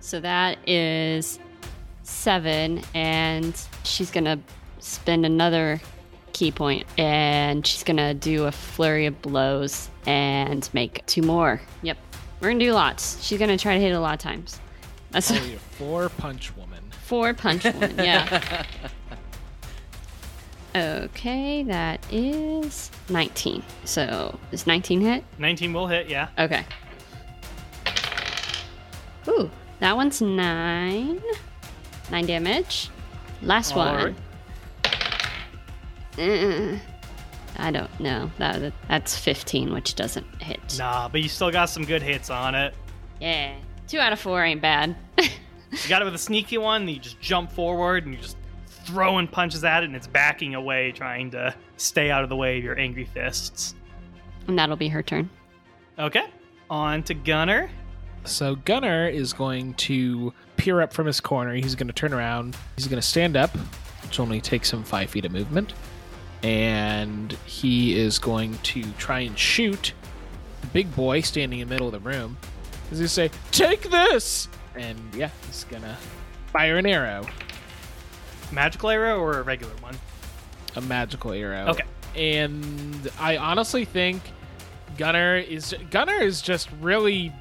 So that is seven, and she's gonna spend another key point, and she's gonna do a flurry of blows and make two more. Yep, we're gonna do lots. She's gonna try to hit it a lot of times. That's
Oh, you four punch woman.
[LAUGHS] Four punch one, yeah. okay, that is 19. So, is 19 hit?
19 will hit, yeah.
Okay. Ooh, that one's nine. Nine damage. Last
All
one. Uh, I don't know. That, that That's 15, which doesn't hit.
Nah, but you still got some good hits on it.
Yeah. Two out of four ain't bad. [LAUGHS]
You got it with a sneaky one, then you just jump forward and you're just throwing punches at it, and it's backing away, trying to stay out of the way of your angry fists.
and that'll be her turn.
Okay, on to Gunner.
So Gunnar is going to peer up from his corner. He's going to turn around. He's going to stand up, which only takes him five feet of movement. And he is going to try and shoot the big boy standing in the middle of the room. He's going to say, Take this! And yeah, he's going to fire an arrow,
Magical arrow or a regular one?
a magical arrow.
Okay.
And I honestly think Gunner is Gunner is just really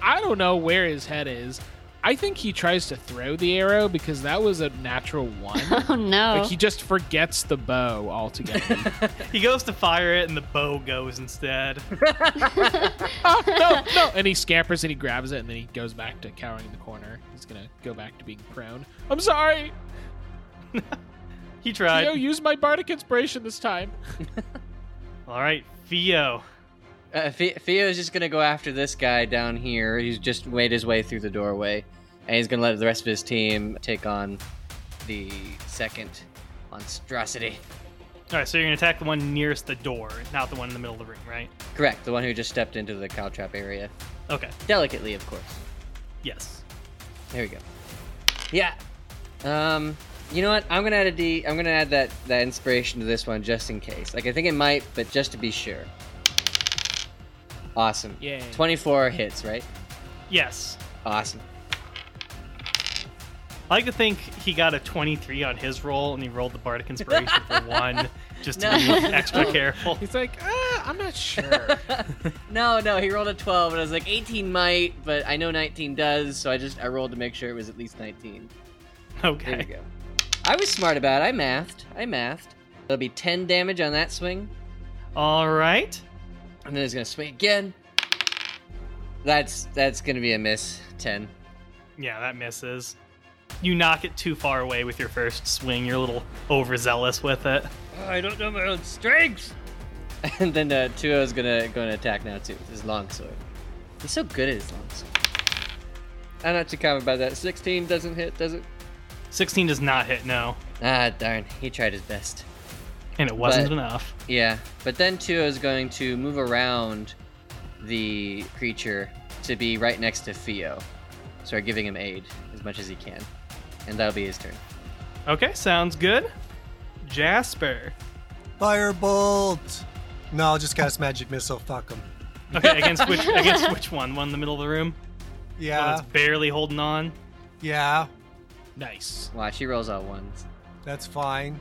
I don't know where his head is. I think he tries to throw the arrow because that was a natural one.
Oh no.
Like he just forgets the bow altogether. [LAUGHS]
He goes to fire it and the bow goes instead. [LAUGHS]
oh, no, no! And he scampers and he grabs it and then he goes back to cowering in the corner. He's gonna go back to being prone. I'm sorry.
He
I...
Uh,
tried.
use my bardic inspiration this time.
All right, Theo.
Uh, Fe- Theo's just gonna go after this guy down here. He's just made his way through the doorway, and he's gonna let the rest of his team take on the second monstrosity.
All right, so you're gonna attack the one nearest the door, not the one in the middle of the ring, right?
Correct, the one who just stepped into the cow trap area,
Okay.
delicately, of course.
Yes.
There we go. Yeah. Um, you know what? I'm gonna add a D. I'm gonna add that that inspiration to this one just in case. Like I think it might, but just to be sure. Awesome.
Yay.
24 hits, right?
Yes.
Awesome.
I like to think he got a 23 on his roll, and he rolled the bardic inspiration
[LAUGHS]
for one, just to be
No.
extra
[LAUGHS]
careful.
He's like, uh, I'm not sure.
No, no, he rolled a 12, and I was like, 18 might, but I know 19 does, so I just I rolled to make sure it was at least 19. There
Okay.
you go. I was smart about it. I mathed. I mathed. There'll be 10 damage on that swing,
All right.
and then he's gonna swing again. That's that's gonna be a miss. 10.
Yeah, that misses. You knock it too far away with your first swing. You're a little overzealous with it.
I don't know my own strengths. [LAUGHS] And then uh, Tuo is gonna gonna attack now too with his longsword. He's so good at his longsword. I'm not too confident about that. 16 doesn't hit, does it?
16 does not hit, no.
Ah, darn. He tried his best.
And it wasn't
But-
enough.
Yeah, but then Tuo is going to move around the creature to be right next to Fio, start giving him aid as much as he can, and that'll be his turn.
Okay, sounds good. Jasper.
Firebolt. No, I'll just cast magic missile. Fuck him.
Okay, against which against which one? One in the middle of the room? One
Yeah,
that's barely holding on.
yeah,
nice.
Watch, he rolls all ones.
that's fine.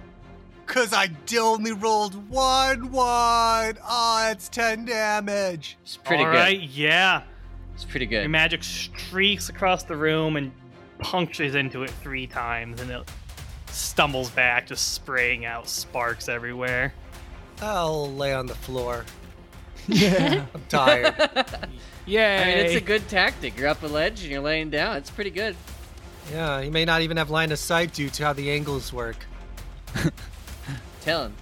Cause I d- only rolled one one. Ah, it's ten damage.
It's pretty
All
good.
right, yeah.
It's pretty
Your
good.
magic streaks across the room and punctures into it three times and it stumbles back, just spraying out sparks everywhere.
I'll lay on the floor. Yeah, [LAUGHS] I'm tired.
Yay.
I mean, it's a good tactic. You're up a ledge and you're laying down. It's pretty good.
Yeah, he may not even have line of sight due to how the angles work.
Tell him.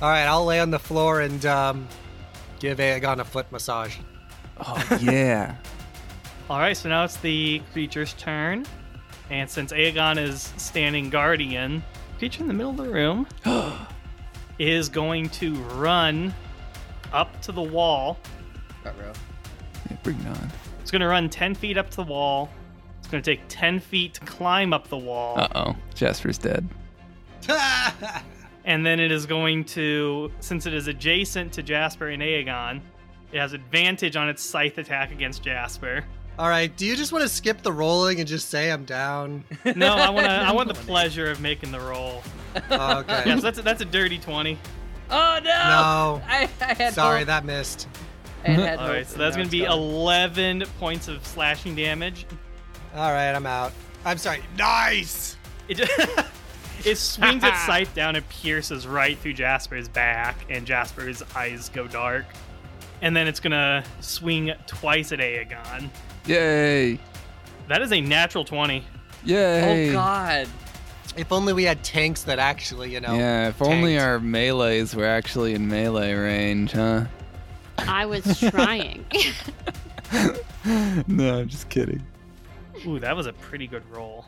All right, I'll lay on the floor and um, give Aegon a foot [LAUGHS] massage.
Oh yeah.
All right, so now it's the creature's turn. And since Aegon is standing guardian, creature in the middle of the
[GASPS]
room is going to run up to the wall.
Ruh-roh.
Yeah, Bring it on.
It's going to run 10 feet up to the wall. It's going to take 10 feet to climb up the wall.
Uh oh. Jasper's dead.
And then it is going to, since it is adjacent to Jasper and Aegon, it has advantage on its scythe attack against Jasper.
All right, do you just want to skip the rolling and just say
[LAUGHS]
I'm down?
No, I want to. I want the pleasure of making the roll. Yeah,
Oh, Okay.
so that's a, that's a dirty twenty.
Oh no!
no.
I, I had
Sorry,
hope.
that missed.
I
[LAUGHS]
had
All right,
hope,
so
and
that's
now
going to be
it's gone.
eleven points of slashing damage.
All right, I'm out. I'm sorry. Nice.
It just, [LAUGHS] it swings its scythe down and pierces right through Jasper's back, and Jasper's eyes go dark. And then it's going to swing twice at Aegon.
Yay.
That is a natural twenty.
Yay.
Oh god!
If only we had tanks that actually, you know.
Yeah, if only
tanked.
our melees were actually in melee range, huh?
I was trying.
[LAUGHS]
[LAUGHS]
no, I'm just kidding.
Ooh, that was a pretty good roll.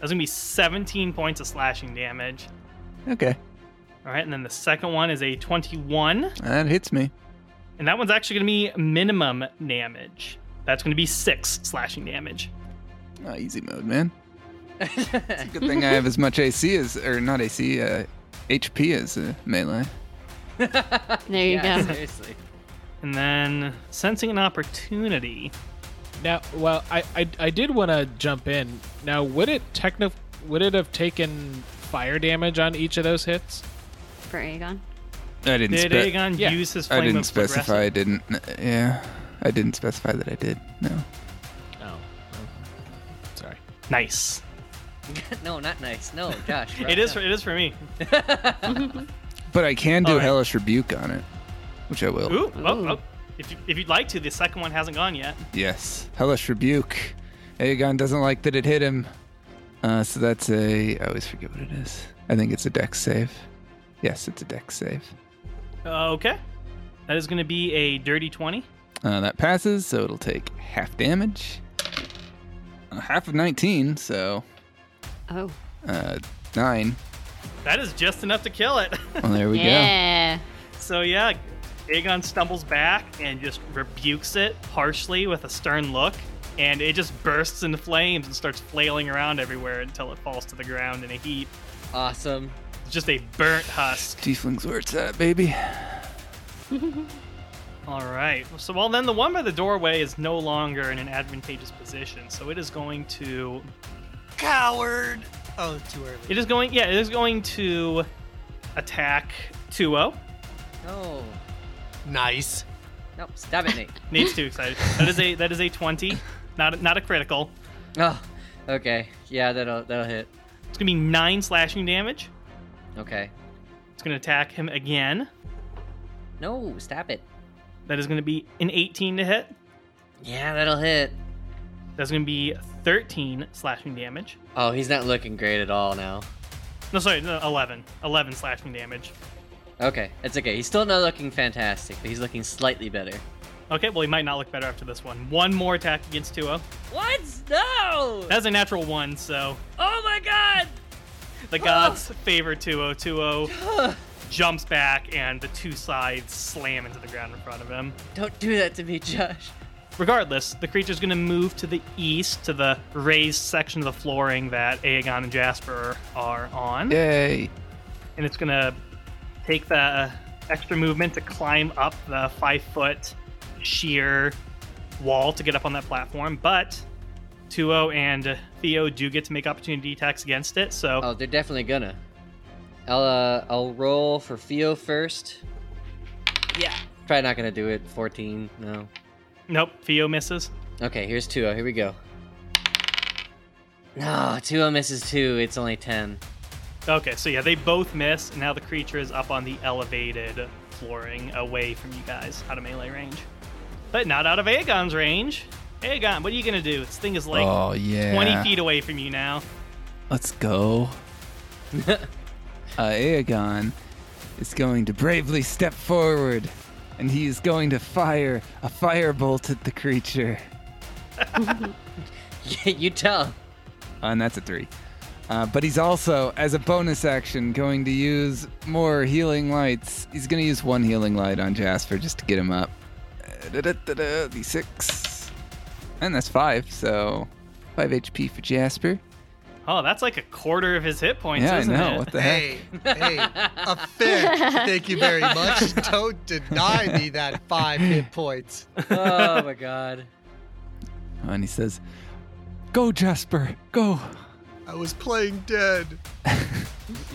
That's gonna be 17 points of slashing damage.
Okay.
All right, and then the second one is a 21,
That hits me.
and that one's actually gonna be minimum damage. That's gonna be six slashing damage.
Oh, easy mode, man.
[LAUGHS]
Good thing I have as much AC as, or not AC, uh, HP as uh, melee.
There you
Yeah,
go.
Seriously. [LAUGHS]
And then sensing an opportunity.
Now, well, I I, I did want to jump in. Now, would it techno would it have taken fire damage on each of those hits?
For Aegon.
I didn't.
Did
spe-
Aegon
yeah.
use his flame
I didn't
of progressive?
specify. I didn't. Yeah, I didn't specify that I did. No.
Oh, sorry.
Nice.
no, not nice. No, Josh.
It is. For, it is for me.
But I can do
All right.
hellish rebuke on it, which I will.
Ooh. Oh,
Ooh.
oh. If, you, if you'd like to, the second one hasn't gone yet.
Yes, hellish rebuke. Aegon doesn't like that it hit him, uh, so that's a. I always forget what it is. I think it's a dex save. Yes, it's a dex save.
Uh, okay. That is going to be a dirty twenty.
Uh, that passes, so it'll take half damage. Uh, half of 19, so
Oh.
uh, nine.
That is just enough to kill it. [LAUGHS]
Well, there we
[LAUGHS] yeah.
so yeah, Aegon stumbles back and just rebukes it harshly with a stern look, and it just bursts into flames and starts flailing around everywhere until it falls to the ground in a heap.
awesome.
It's just a burnt husk.
go. Tiefling's where it's at, baby.
All right. So, well, then the one by the doorway is no longer in an advantageous position, so it is going to.
Coward! Oh, too early.
It is going. Yeah, it is going to attack oh. Tuo.
No.
[LAUGHS]
Nice.
Nope. Stab it, Nate.
Nate's too excited. That is a that is a twenty, not a, not a critical.
[LAUGHS] Oh. Okay. Yeah, that'll that'll hit.
It's gonna be nine slashing damage.
Okay.
It's gonna attack him again.
No, stab it.
That is gonna be an eighteen to hit.
Yeah, that'll hit.
That's gonna be thirteen slashing damage.
Oh, he's not looking great at all now.
No, sorry, no, eleven. Eleven slashing damage.
Okay, it's okay. He's still not looking fantastic, but he's looking slightly better.
Okay, well he might not look better after this one. One more attack against Tuo.
What? No!
That's a natural one, so
Oh my god!
The gods favor 2020, jumps back, and the two sides slam into the ground in front of him.
Don't do that to me, Josh.
Regardless, the creature's going to move to the east to the raised section of the flooring that Aegon and Jasper are on,
Yay.
and it's going to take the extra movement to climb up the five foot sheer wall to get up on that platform. But Tuo and Theo do get to make opportunity attacks against it, so
Oh, they're definitely gonna. I'll uh, I'll roll for Theo first. Yeah. Probably not gonna do it. 14. No.
nope, Theo misses.
Okay, here's Tuo. Here we go. No, Tuo misses two. It's only [LAUGHS] 10.
Okay, so yeah, they both miss. and Now the creature is up on the elevated flooring away from you guys, out of melee range. But not out of Aegon's range. Aegon, what are you going to do? This thing is like
oh, yeah.
20 feet away from you now. [LAUGHS]
Let's go. uh, Aegon is going to bravely step forward, and he is going to fire a firebolt at the creature.
you tell.
Uh, and that's a three. Uh, but he's also, as a bonus action, going to use more healing lights. He's going to use one healing light on Jasper just to get him up. Uh, da-da-da-da, D6. And that's five, so five HP for Jasper.
Oh, that's like a quarter of his hit points,
yeah, I
isn't
know.
it?
What the heck?
Hey, hey, a fair. Thank
[LAUGHS]
you very much. Don't deny me that [LAUGHS] five hit points.
Oh my god.
Oh, And he says, Go, Jasper, go.
I was playing dead.
[LAUGHS]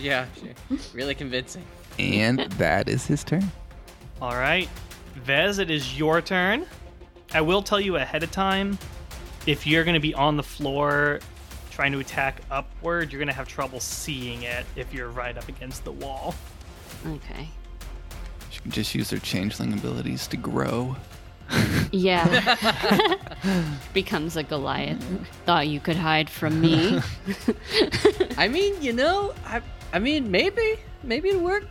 Yeah, sure. really convincing.
And that is his turn.
All right. Vez, it is your turn. I will tell you ahead of time if you're going to be on the floor trying to attack upward, you're going to have trouble seeing it if you're right up against the wall.
Okay.
She can just use her changeling abilities to grow.
Yeah.
[LAUGHS]
Becomes a Goliath. Thought you could hide from me.
I mean, you know, I I mean, maybe, maybe it worked.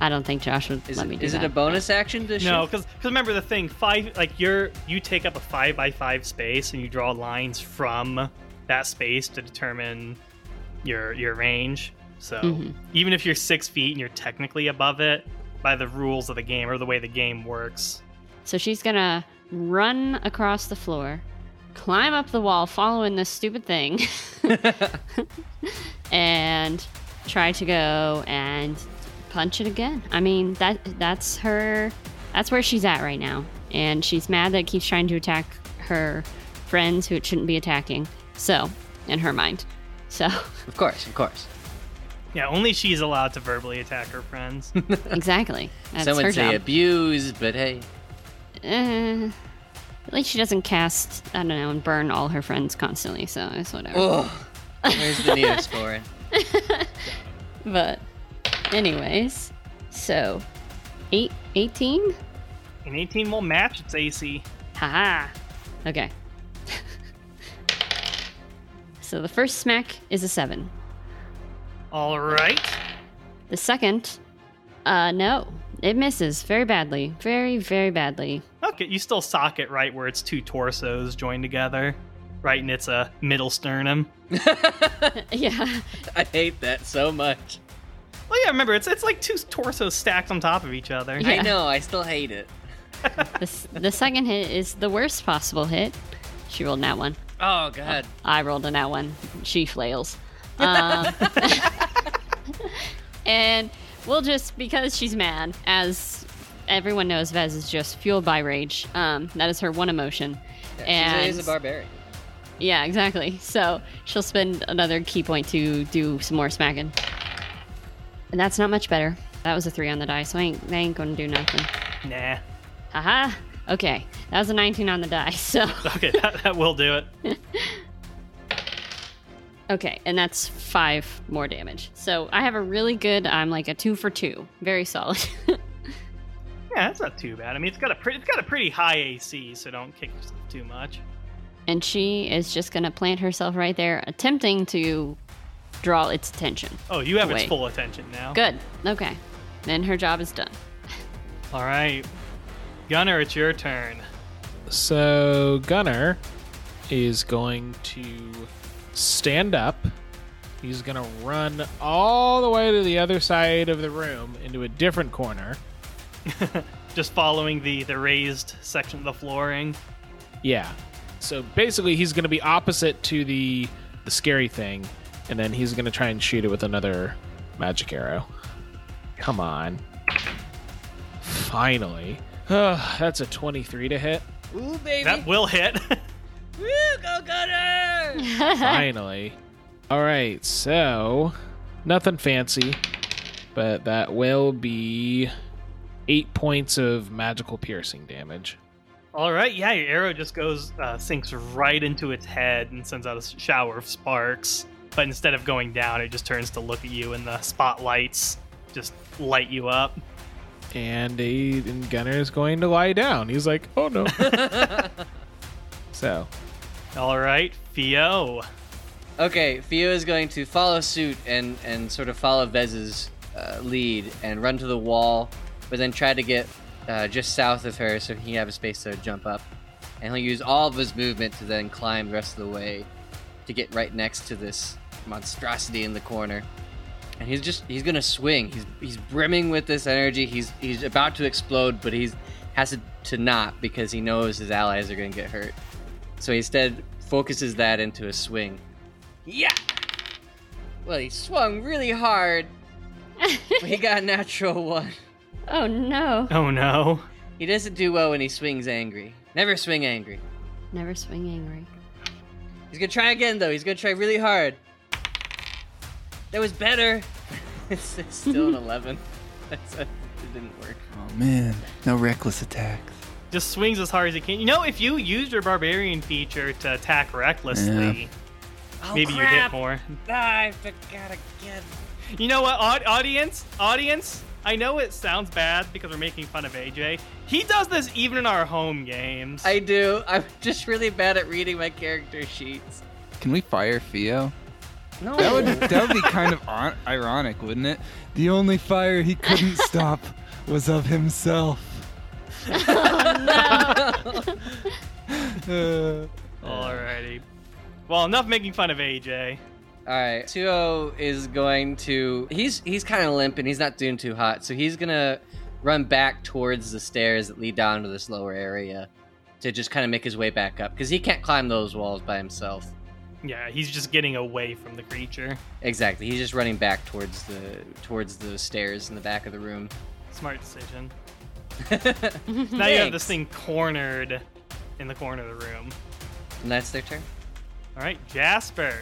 I don't think Josh would
Is
let
it,
me do
is
that.
it a bonus action to
No,
shift?
because remember the thing five like you're you take up a five by five space and you draw lines from that space to determine your your range. So
Mhm.
even if you're six feet and you're technically above it by the rules of the game or the way the game works,
So she's gonna run across the floor climb up the wall following this stupid
[LAUGHS]
thing [LAUGHS] and try to go and punch it again. I mean, that that's her that's where she's at right now. And she's mad that it keeps trying to attack her friends who it shouldn't be attacking. So, in her mind. So,
Of course, of course.
Yeah, only she's allowed to verbally attack her friends.
exactly. That's
Some
her
would say
job.
abuse, but hey,
Uh, at least she doesn't cast, I don't know, and burn all her friends constantly, so it's whatever.
ugh, where's the nearest for it?
But, anyways, so, eight, 18?
An 18 will match its AC.
Haha. Okay. [LAUGHS] so the first smack is a seven.
All right.
The second, uh, no, it misses very badly. Very, very badly. [LAUGHS]
Okay, you still sock it right where it's two torsos joined together, right in its uh, middle sternum.
yeah.
I hate that so much.
Well, yeah, remember it's it's like two torsos stacked on top of each other.
Yeah.
I know, I still hate it.
The, s- the second hit is the worst possible hit. She rolled that one.
Oh god.
I rolled an that one. She
[LAUGHS]
flails. Um, [LAUGHS] and we'll just, because she's mad, as everyone knows, Vez is just fueled by rage. Um, that is her one emotion.
Yeah,
and
she's a- is a barbarian.
yeah, exactly. So she'll spend another key point to do some more smacking. And that's not much better. That was a three on the die, so I ain't, I ain't gonna do nothing.
[LAUGHS] Nah.
Haha. Okay, that was a 19 on the die, [LAUGHS] so.
Okay, that, that will do it.
Okay, and that's five more damage. So I have a really good. I'm like a two for two, very solid. [LAUGHS]
Yeah, that's not too bad. I mean, it's got a pretty it's got a pretty high AC, so don't kick yourself too much.
and she is just gonna plant herself right there, attempting to draw its attention.
Oh, you have its
Wait.
full attention now.
Good. Okay, then her job is done.
All right, Gunner, it's your turn.
So Gunner is going to stand up. He's going to run all the way to the other side of the room into a different corner.
Just following the the raised section of the flooring.
Yeah. So basically, he's going to be opposite to the the scary thing, and then he's going to try and shoot it with another magic arrow. Come on. Finally. Ugh, that's a 23 to hit.
Ooh baby.
That will hit. [LAUGHS]
Woo, go Gunner!
Finally. All right, so nothing fancy, but that will be eight points of magical piercing damage.
All right, yeah, your arrow just goes uh, sinks right into its head and sends out a s- shower of sparks. But instead of going down, it just turns to look at you, and the spotlights just light you up.
And, he, and Gunner is going to lie down. He's like, oh no. so
All right, Theo.
Okay, Fio is going to follow suit and and sort of follow Vez's uh, lead and run to the wall, but then try to get uh, just south of her so he have a space to jump up, and he'll use all of his movement to then climb the rest of the way to get right next to this monstrosity in the corner. And he's just he's gonna swing. He's he's brimming with this energy. He's he's about to explode, but he's has to, to not because he knows his allies are gonna get hurt. So he instead focuses that into a swing. Yeah. Well, he swung really hard. but he got a natural [LAUGHS] one.
[LAUGHS] oh no!
Oh no.
He doesn't do well when he swings angry. Never swing angry.
Never swing angry.
He's gonna try again though. He's gonna try really hard. That was better. [LAUGHS] it's, it's still an eleven. [LAUGHS] That's it didn't work.
Oh man, no reckless attacks.
Just swings as hard as he can. You know, if you used your barbarian feature to attack recklessly,
Oh,
maybe you'd hit
crap.
more.
Ah, I forgot again.
You know what, aud- audience? Audience? I know it sounds bad because we're making fun of AJ. He does this even in our home games.
I do. I'm [LAUGHS] just really bad at reading my character sheets.
Can we fire Theo?
No. [LAUGHS]
That would that would be kind of on- ironic, wouldn't it? The only fire he [LAUGHS] couldn't stop was of himself. Uh,
Alrighty. Well, enough making fun of AJ.
All right, Tuo is going to. He's he's kind of limp and he's not doing too hot, so he's gonna run back towards the stairs that lead down to this lower area to just kind of make his way back up because he can't climb those walls by himself.
Yeah, he's just getting away from the creature.
Exactly. He's just running back towards the towards the stairs in the back of the room.
Smart
[LAUGHS]
decision. Now you have this thing cornered in the corner of the room.
And that's their turn.
All right, Jasper.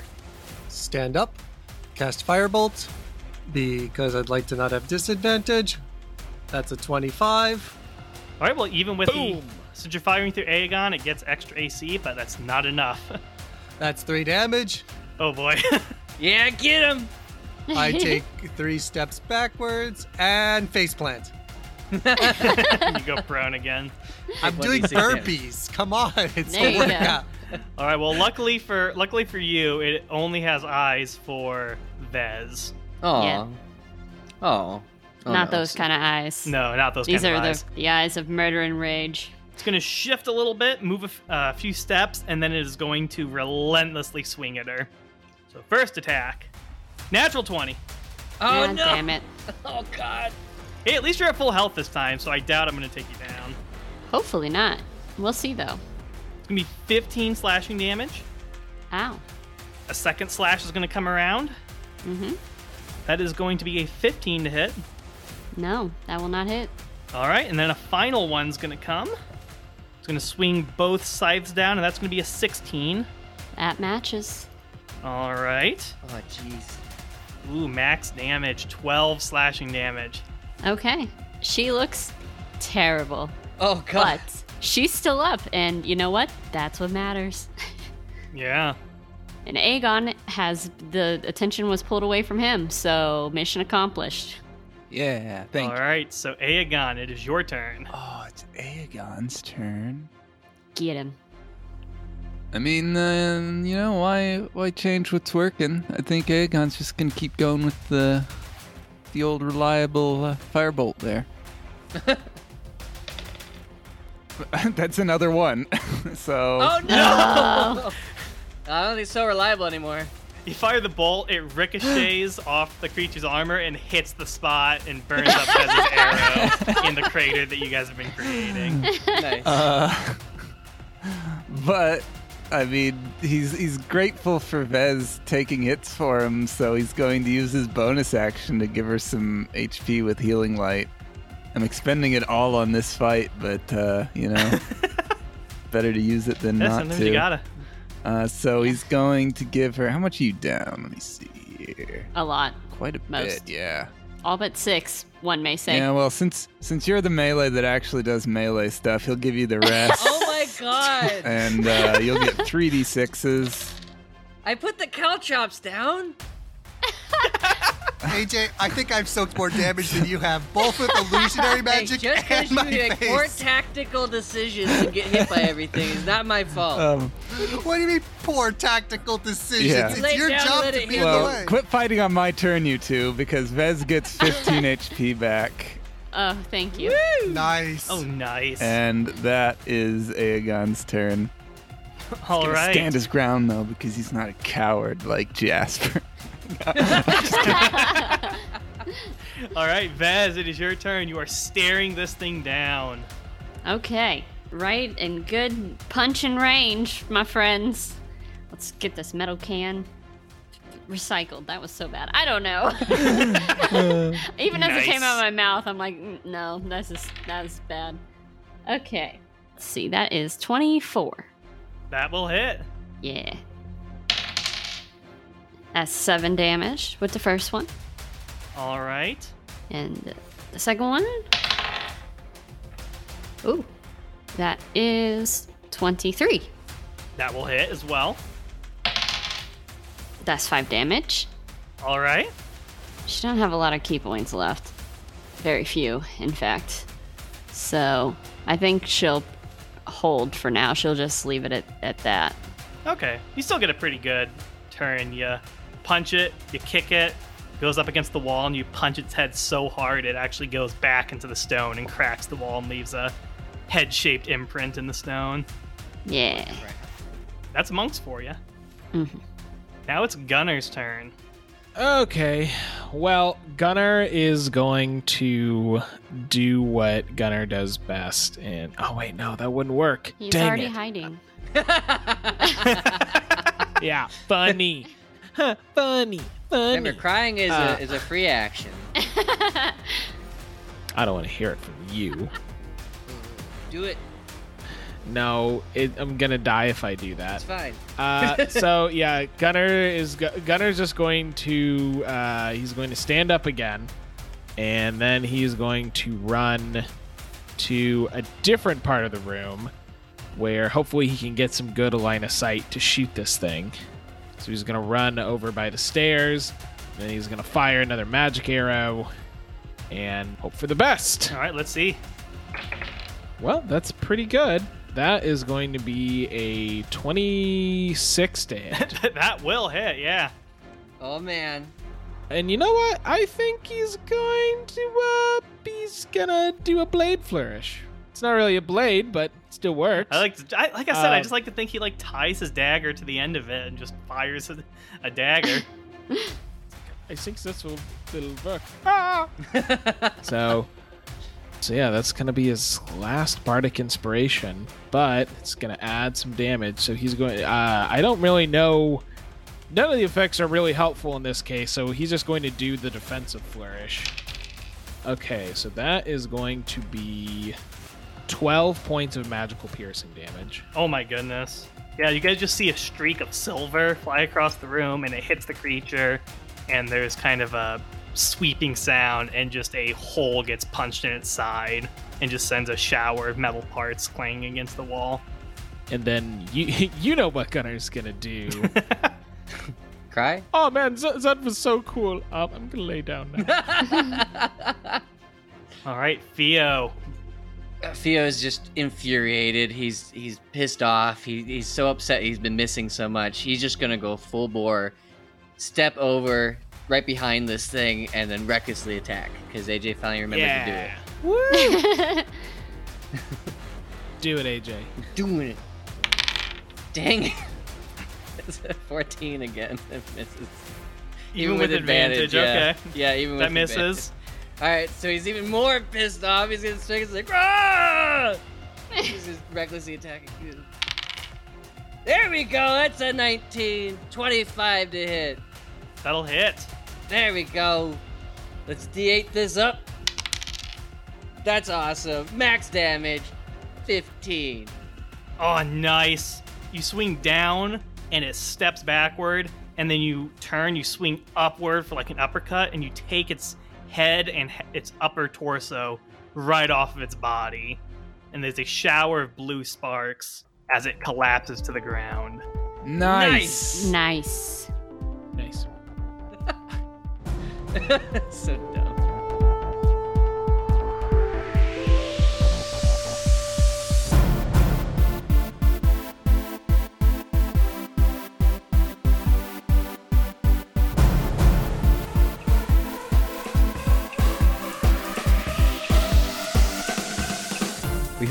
Stand up, cast Firebolt, because I'd like to not have disadvantage. That's a 25.
All right, well, even with the. Since you're firing through Aegon, it gets extra AC, but that's not enough. [LAUGHS]
That's three damage.
oh
[LAUGHS]
boy.
Yeah, get him.
[LAUGHS]
I take three steps backwards and faceplant.
you go prone again.
I'm
What do
doing
you say, Dan?
burpees. Come on, it's
There
the
you go.
workout.
All right. Well, luckily for luckily for you, it only has eyes for Vez.
Oh.
Yeah.
Oh.
Not those kind of eyes.
No, not those
These
kind
are
of eyes.
the, the eyes of murder and rage.
It's going to shift a little bit, move a f- a few steps, and then it is going to relentlessly swing at her. So first attack, natural twenty.
Oh
God
no!
damn it.
Oh god.
Hey, at least you're at full health this time, so I doubt I'm going to take you down.
Hopefully not. We'll see though.
It's going to be 15 slashing damage.
Ow.
A second slash is going to come around.
Mm-hmm.
That is going to be a 15 to hit.
No, that will not hit.
All right, and then a final one's going to come. It's going to swing both scythes down, and that's going to be a 16.
That matches.
All right.
Oh jeez.
Ooh, max damage, 12 slashing damage.
Okay. She looks terrible,
Oh god.
but she's still up, and you know what? That's what matters. [LAUGHS]
Yeah.
And Aegon has the attention was pulled away from him, so mission accomplished.
Yeah,
All
thank you.
right, so Aegon, it is your turn.
Oh, it's Aegon's turn.
Get him.
I mean, uh, you know, why why change what's working? I think Aegon's just gonna keep going with the the old reliable uh, firebolt
[LAUGHS]
there. [LAUGHS] That's another one. [LAUGHS] so
[LAUGHS] Oh no! I don't think it's so
[LAUGHS]
reliable anymore.
You fire the bolt, it ricochets off the creature's armor and hits the spot and burns up Bez's arrow in the crater that you guys have been
Hmm.
creating.
Nice.
Uh, [LAUGHS] but I mean, he's he's grateful for Vez taking hits for him, so he's going to use his bonus action to give her some HP with healing light. I'm expending it all on this fight, but uh, you
[LAUGHS]
know, better to use it than
Yeah,
not
sometimes
to.
you gotta.
Uh, so he's going to give her how much are you down? Let me see here.
A lot.
Quite a
Most.
bit, yeah.
All but six, one may say.
Yeah, well, since since you're the melee that actually does melee stuff, he'll give you the
[LAUGHS]
rest.
oh my god!
and uh, you'll get 3d6s.
I put the cow chops down.
AJ, I think I've soaked more damage than you have, both with illusionary magic
[LAUGHS] hey, just 'cause
[LAUGHS] and my
you make poor
face.
tactical decisions and get hit by everything is not my fault.
[LAUGHS]
Uh,
Um,
what do you mean poor tactical decisions?
Yeah.
It's
Lay
your
down,
job
let
to
it
be in
heal.
the
well,
way.
quit fighting on my turn, you two, because Vez gets 15 HP back,
Oh, thank you.
Nice.
Oh, nice.
and that is Aegon's turn.
All
Gonna
right.
Stand his ground though, because he's not a coward like Jasper. [LAUGHS]
All right, Vez, it is your turn. You are staring this thing down.
Okay. Right and good punch and range, my friends. Let's get this metal can recycled. That was so bad. I don't know. Even as it came
Nice.
out of my mouth, I'm like, "Mm, no, that's is that's bad. Okay. Let's see. That is 24.
That will hit.
Yeah. That's seven damage with the first one.
All right.
And the second one. Ooh. That is 23.
That will hit as well.
That's five damage.
All right.
She don't have a lot of key points left. Very few, in fact. So I think she'll hold for now. She'll just leave it at, at that.
Okay. You still get a pretty good turn. You punch it, you kick it, goes up against the wall, and you punch its head so hard it actually goes back into the stone and cracks the wall and leaves a head shaped imprint in the stone.
Yeah.
That's monks for you.
Mhm.
Now it's Gunner's turn.
Okay. Well, Gunnar is going to do what Gunnar does best and oh wait, no, that wouldn't work.
He's
Dang
already
it.
hiding.
[LAUGHS] yeah, funny. Huh, funny. Funny.
Remember, crying is,
Uh,
a, is a free action.
I don't want to hear it from you.
Do it.
No, it, I'm going to die if I do that.
It's fine.
Uh, so yeah, Gunner is go- Gunner's just going to uh, he's going to stand up again, and then he's going to run to a different part of the room where hopefully he can get some good line of sight to shoot this thing. So he's going to run over by the stairs, then he's going to fire another magic arrow, and hope for the best.
All right, let's see. [LAUGHS]
Well, that's pretty good. That is going to be a 26 to hit.
that will hit, yeah.
Oh, man.
And you know what? I think he's going to uh he's gonna do a blade flourish. It's not really a blade, but it still works.
I like, to, I, like I said, I
Um,
just like to think he like ties his dagger to the end of it and just fires a, a dagger.
I think that's will it'll work. Ah! [LAUGHS] so So yeah, that's gonna be his last Bardic inspiration, but it's gonna add some damage. So he's going uh I don't really know none of the effects are really helpful in this case, so he's just going to do the defensive flourish. Okay, so that is going to be 12 points of magical piercing damage.
oh my goodness. Yeah, you guys just see a streak of silver fly across the room and it hits the creature, and there's kind of a sweeping sound, and just a hole gets punched in its side and just sends a shower of metal parts clanging against the wall.
And then you [LAUGHS] you know what Gunner's gonna do.
Cry?
oh man, Z- that was so cool. Um, I'm gonna lay down now.
All right, Theo.
Theo's Uh, just infuriated. He's he's pissed off. He, he's so upset he's been missing so much. He's just gonna go full bore, step over right behind this thing, and then recklessly attack because AJ finally remembered
yeah.
do it, AJ.
to do it. Doing it. Dang. it. [LAUGHS] It's a 14 again. [LAUGHS] That misses.
Even with advantage, okay.
Yeah, yeah even with
That misses.
All right, so he's even more pissed off. He's gonna swing. He's like, "Rah!" He's
[LAUGHS]
just recklessly attacking you. There we go. That's a 19, 25 to hit.
That'll hit.
There we go. Let's d8 this up. That's awesome. Max damage, 15.
Oh, nice. You swing down and it steps backward, and then you turn, you swing upward for like an uppercut, and you take its head and he- its upper torso right off of its body. And there's a shower of blue sparks as it collapses to the ground.
[LAUGHS]
Nice.
nice.
Nice.
[LAUGHS] so dumb. We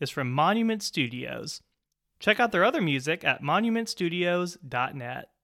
is from Monument Studios. Check out their other music at monumentstudios.net.